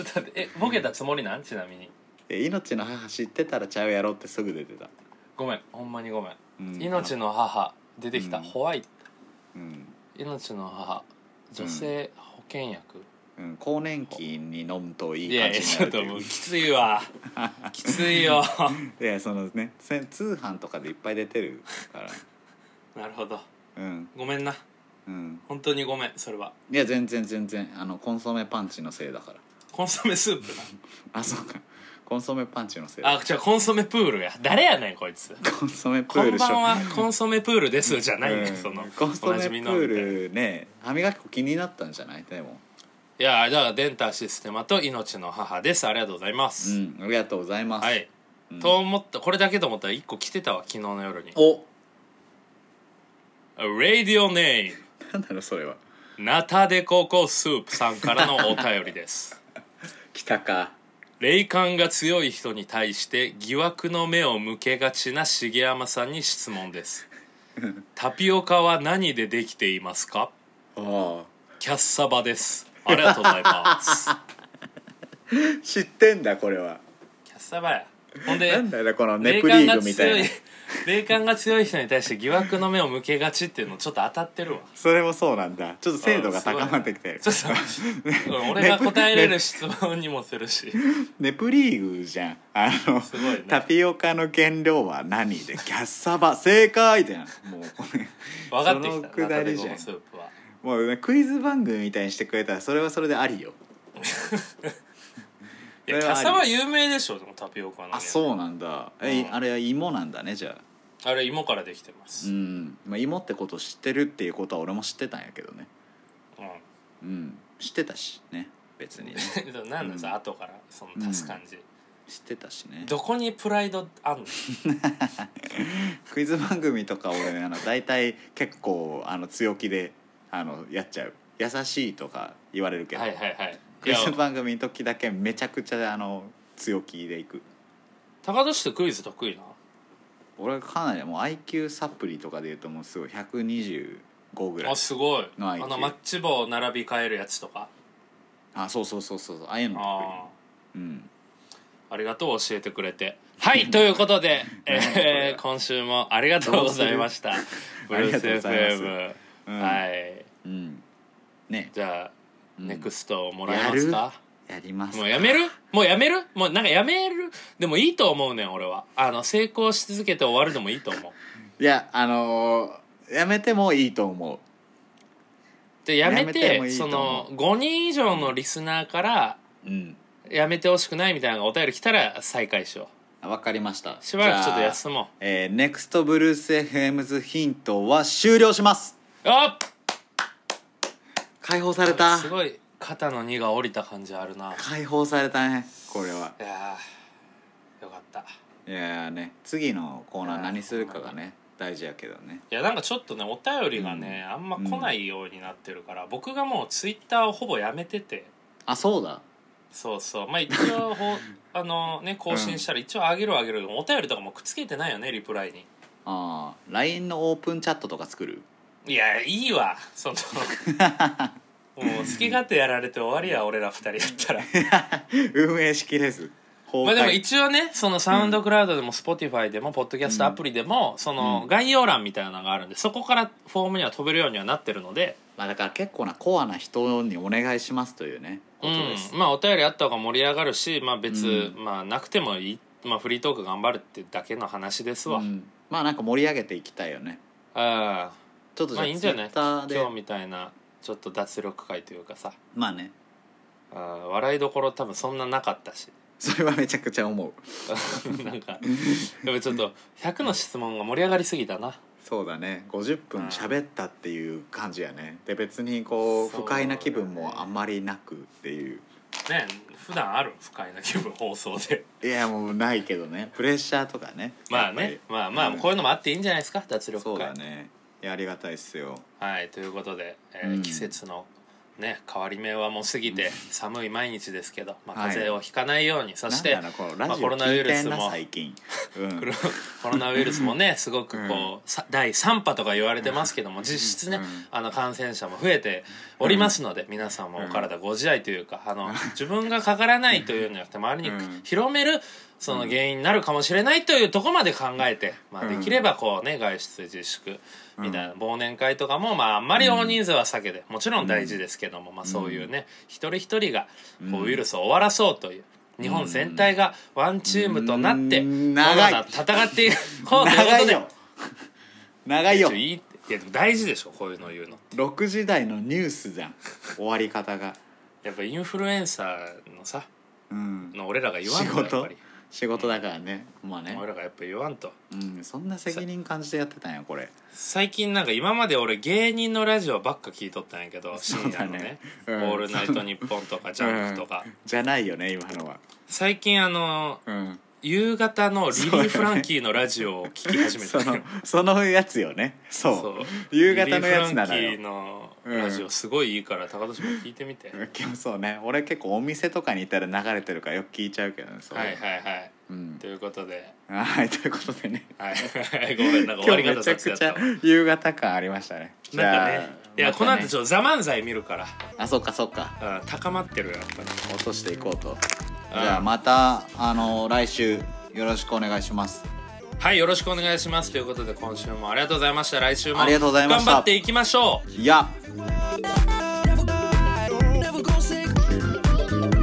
S1: ょっと待ってえボケたつもりなんちなみに
S2: え命の母知ってたらちゃうやろってすぐ出てた、
S1: ごめんほんまにごめん、
S2: うん
S1: 命の母出てきた、
S2: うん
S1: ホワイト
S2: うん、
S1: 命の母女性保険薬、
S2: うん、更年期に飲むとい
S1: い
S2: い
S1: や
S2: 感
S1: い
S2: じ
S1: や
S2: に
S1: ち
S2: な
S1: ょっ
S2: ると
S1: と
S2: い
S1: も
S2: う
S1: うきついわきついよ
S2: いやそのねせ通販とかでいっぱい出てるから
S1: なるほど
S2: うん
S1: ごめんな
S2: うん
S1: 本当にごめんそれはい
S2: や全然全然あのコンソメパンチのせいだから
S1: コンソメスープ
S2: あそうかコンソメパンチのせい
S1: だ
S2: だ
S1: あじゃコンソメプールや誰やねんこいつ
S2: コンソメプ
S1: こ
S2: ー
S1: ん
S2: ル
S1: ばん
S2: し
S1: はコンソメプールですじゃ
S2: ょ
S1: ないね、
S2: うん
S1: その
S2: コンソ
S1: おな
S2: メプ
S1: じみのみたいない
S2: ールね歯磨き粉気になったんじゃないでも
S1: やだからデンタシステマと命の母ですありがとうございま
S2: う
S1: す、
S2: んありがとうございます
S1: はい、
S2: うん
S1: と思ったこれだけと思ったら1個来てたわ昨日の夜に
S2: お
S1: 「レディオネーム
S2: なんだろうそれは
S1: ナタデココスープさんからのお便りです」
S2: 来たか
S1: 霊感が強い人に対して疑惑の目を向けがちな重山さんに質問ですタピオカは何でできていますか
S2: あ
S1: キャッサバですありがとうございます
S2: あ知ってんだこれは
S1: キャッサバやほんで
S2: なんだよなこのネ
S1: 霊
S2: プリ
S1: 感
S2: ー
S1: が
S2: グみた
S1: 強
S2: い
S1: い
S2: な
S1: 霊感が強い人に対して疑惑の目を向けがちっていうのちょっと当たってるわ
S2: それもそうなんだちょっと精度が高まってきてる
S1: ちょ っと俺が答えれる質問にもするし
S2: ネプリーグじゃんあの、
S1: すごいね
S2: タピオカの原料は何でキャッサバ正解じゃんもうこれ
S1: 分かってき
S2: そ
S1: た
S2: のくだりじゃん
S1: ナタデココスープは
S2: もうねクイズ番組みたいにしてくれたらそれはそれでありよ
S1: いや
S2: そ
S1: キ
S2: れ
S1: ャ
S2: はあ
S1: ッ
S2: り
S1: サバ有名でしょでもタピオカのね
S2: あそうなんだえ、
S1: うん
S2: あれは芋なんだねじゃあ
S1: あれ芋からできてま
S2: う
S1: す、
S2: ん、まあ、芋ってこと知ってるっていうことは俺も知ってたんやけどね
S1: うん
S2: うん知ってたしね別にね
S1: でもなんださ、
S2: うん
S1: 後からその足す感じ、
S2: 知ってたしね
S1: どこにプライドあんの
S2: クイズ番組とか俺あの大体結構あの強気であのやっちゃう優しいとか言われるけど、
S1: はいはいはいい
S2: クイ
S1: や
S2: ズ番組の時だけめちゃくちゃあの強気でいく
S1: 高田氏ってクイズ得意な
S2: 俺かなりもう IQ サプリとかで言うともうすごい125ぐらい
S1: あすごい
S2: の
S1: あ
S2: IQ
S1: のマッチ棒を並び替えるやつとか
S2: あそうそうそうそうそうああいうの
S1: あ
S2: 得意うん
S1: あありがとう教えてくれてはいということ で、
S2: これ
S1: えー今週もありがとうございましたブ
S2: あり
S1: ルー
S2: が
S1: ス
S2: とうございます
S1: FM、
S2: うん
S1: はい
S2: うんね
S1: じゃあ、
S2: うん
S1: ネクストもらえますか
S2: やります
S1: もうやめるもうやめるもうなんかやめるでもいいと思うねん俺はあの成功し続けて終わるのもいいと思う
S2: いやあのーやめてもいいと思う
S1: でやめて
S2: やめてもいいと
S1: そ
S2: 思
S1: の
S2: う
S1: 5人以上のリスナーから
S2: うん
S1: やめてほしくないみたいなのがお便り来たら再開しよ
S2: あわかりました
S1: うしばらくちょっと休
S2: む
S1: も
S2: えー、ネクストブルース FM's ヒントは終了します
S1: うあ
S2: 解放された
S1: すごい肩の荷が下りた感じあるない
S2: 解放されたねこれは
S1: やーよかったい
S2: いやーね次のコーナー何するかがね大事やけどね
S1: やなんかちょっとねお便りがね、あんま来ないようになってるから、僕がもうツイッターをほぼやめてて
S2: あそうだ
S1: そうそうまあ一応ほあのね更新したら一応上げる上げるお便りとかもくっつけてないよねリプライに
S2: あー LINE のオープンチャットとか作る
S1: いやいいわ そのもう好き勝手やられて終わりや俺ら二人だった ら
S2: 運営しきれず
S1: まあでも
S2: 一
S1: 一応ねそのサウンドクラウドでも Spotify でもポッドキャストアプリでも、その概要欄みたいなのがあるんでそこからフォームには飛べるようにはなってるので、
S2: まあだから結構なコアな人にお願いしますというね
S1: う
S2: ことです、
S1: ん、まあお便りあった方が盛り上がるしまあ別、
S2: う
S1: まあなくてもいい、まあ、フリートーク頑張るってだけの話ですわ、
S2: う
S1: うん
S2: んまあなんか盛り上げていきたいよね
S1: ま
S2: ちょっとじゃ
S1: あ
S2: あ
S1: いいん
S2: ツ
S1: じ
S2: イ
S1: ゃない
S2: ッターで
S1: 今日みたいなちょっと脱力会というかさ
S2: まあね
S1: あー笑いどころ多分そんななかったし
S2: それはめちゃくちゃ思う
S1: なんかやっぱちょっと100の質問が盛り上がりすぎたな
S2: そうだね50分
S1: うん
S2: 喋ったっていう感じやねで別にこう
S1: そう
S2: 不
S1: だね
S2: 快な気分もあんまりなくっていう
S1: ね普段ある不快な気分放送で
S2: いやもうないけどねプレッシャーとかね
S1: まあ
S2: やっぱり
S1: ねまあまあ
S2: うん
S1: こういうのもあっていいんじゃないですか脱力会
S2: そうだねいやありがたいっすよ
S1: はいということで、えー
S2: うん
S1: 季節のね変わり目はもう過ぎて寒い毎日ですけど、まあ、
S2: はい
S1: 風邪をひかないように、そして
S2: なんだろうこのラ
S1: まあ
S2: ジオ
S1: コロナウ
S2: 聞
S1: イル
S2: いて
S1: ス
S2: んな、
S1: も
S2: 最近、うん
S1: コ ロコロナウイルスもねすごくこう、
S2: う
S1: さ第3波とか言われてますけども実質ね、
S2: うん
S1: あの感染者も増えておりますので、皆さんもお体ご自愛というか、あの自分がかからないというんじゃなくて周りに
S2: うん
S1: 広めるその原因になるかもしれないというところまで考えて、まあ、
S2: うん
S1: できればこうね外出自粛みたいな忘年会とかも、まあ、あんまり大人数は避けてもちろん大事ですけども、まあ、そういうね一人一人がこうウイルスを終わらそうという。日本全体がワンチームとなって、
S2: うん長い
S1: コロナ戦っていこうというこ
S2: 長
S1: と
S2: い
S1: で
S2: よ長いよ
S1: ちょいいっていやでも大事でしょこういうの言うの
S2: 6時台のニュースじゃん終わり方が、
S1: やっぱインフルエンサーのさ
S2: うん、
S1: の俺らが言わん
S2: 仕
S1: とやっぱ
S2: 事
S1: り
S2: 仕事だからねまあね
S1: 俺らがやっぱ言わんと
S2: うん、そんな責任感じてやってたんやこれ
S1: 最近なんか今まで俺芸人のラジオばっか聞いとったんやけど
S2: そ
S1: 深
S2: うだ
S1: 夜
S2: ね
S1: のね「オー
S2: うん
S1: ルナイトニッポン」とか「ジャンク」とか
S2: じゃないよね今のは
S1: 最近あの
S2: うん
S1: 夕方のリリー・フランキーのラジオを聞き始め
S2: そ
S1: たの
S2: の
S1: よ
S2: そのやつよねそう
S1: そう
S2: 夕方のやつなの
S1: リリー・フランキー
S2: よ
S1: のラジオすごいいいから高田氏も聞いてみては
S2: 今日そうね俺結構お店とかにいたら流れてるからよく聞いちゃうけどねそう
S1: いはいはい
S2: うん
S1: ということで
S2: はいということでね
S1: はいごめんなんか終
S2: 今
S1: わり
S2: 日
S1: 方
S2: めちゃ
S1: 雑やっ
S2: くち
S1: た
S2: ゃ
S1: わ
S2: 夕方感ありましたねじ
S1: なんか
S2: ゃあ
S1: ねいや、
S2: また
S1: この後ちょっと「ザ漫才見るから
S2: あそうかそうか
S1: あ高まってるよやっぱり
S2: 落としていこうとじゃあまたあの来週よろしくお願いします
S1: はいよろしくお願いしますということで今週もありがとうございました来週も
S2: ありがとうございました
S1: 頑張っていきましょう
S2: いや
S3: never go sick.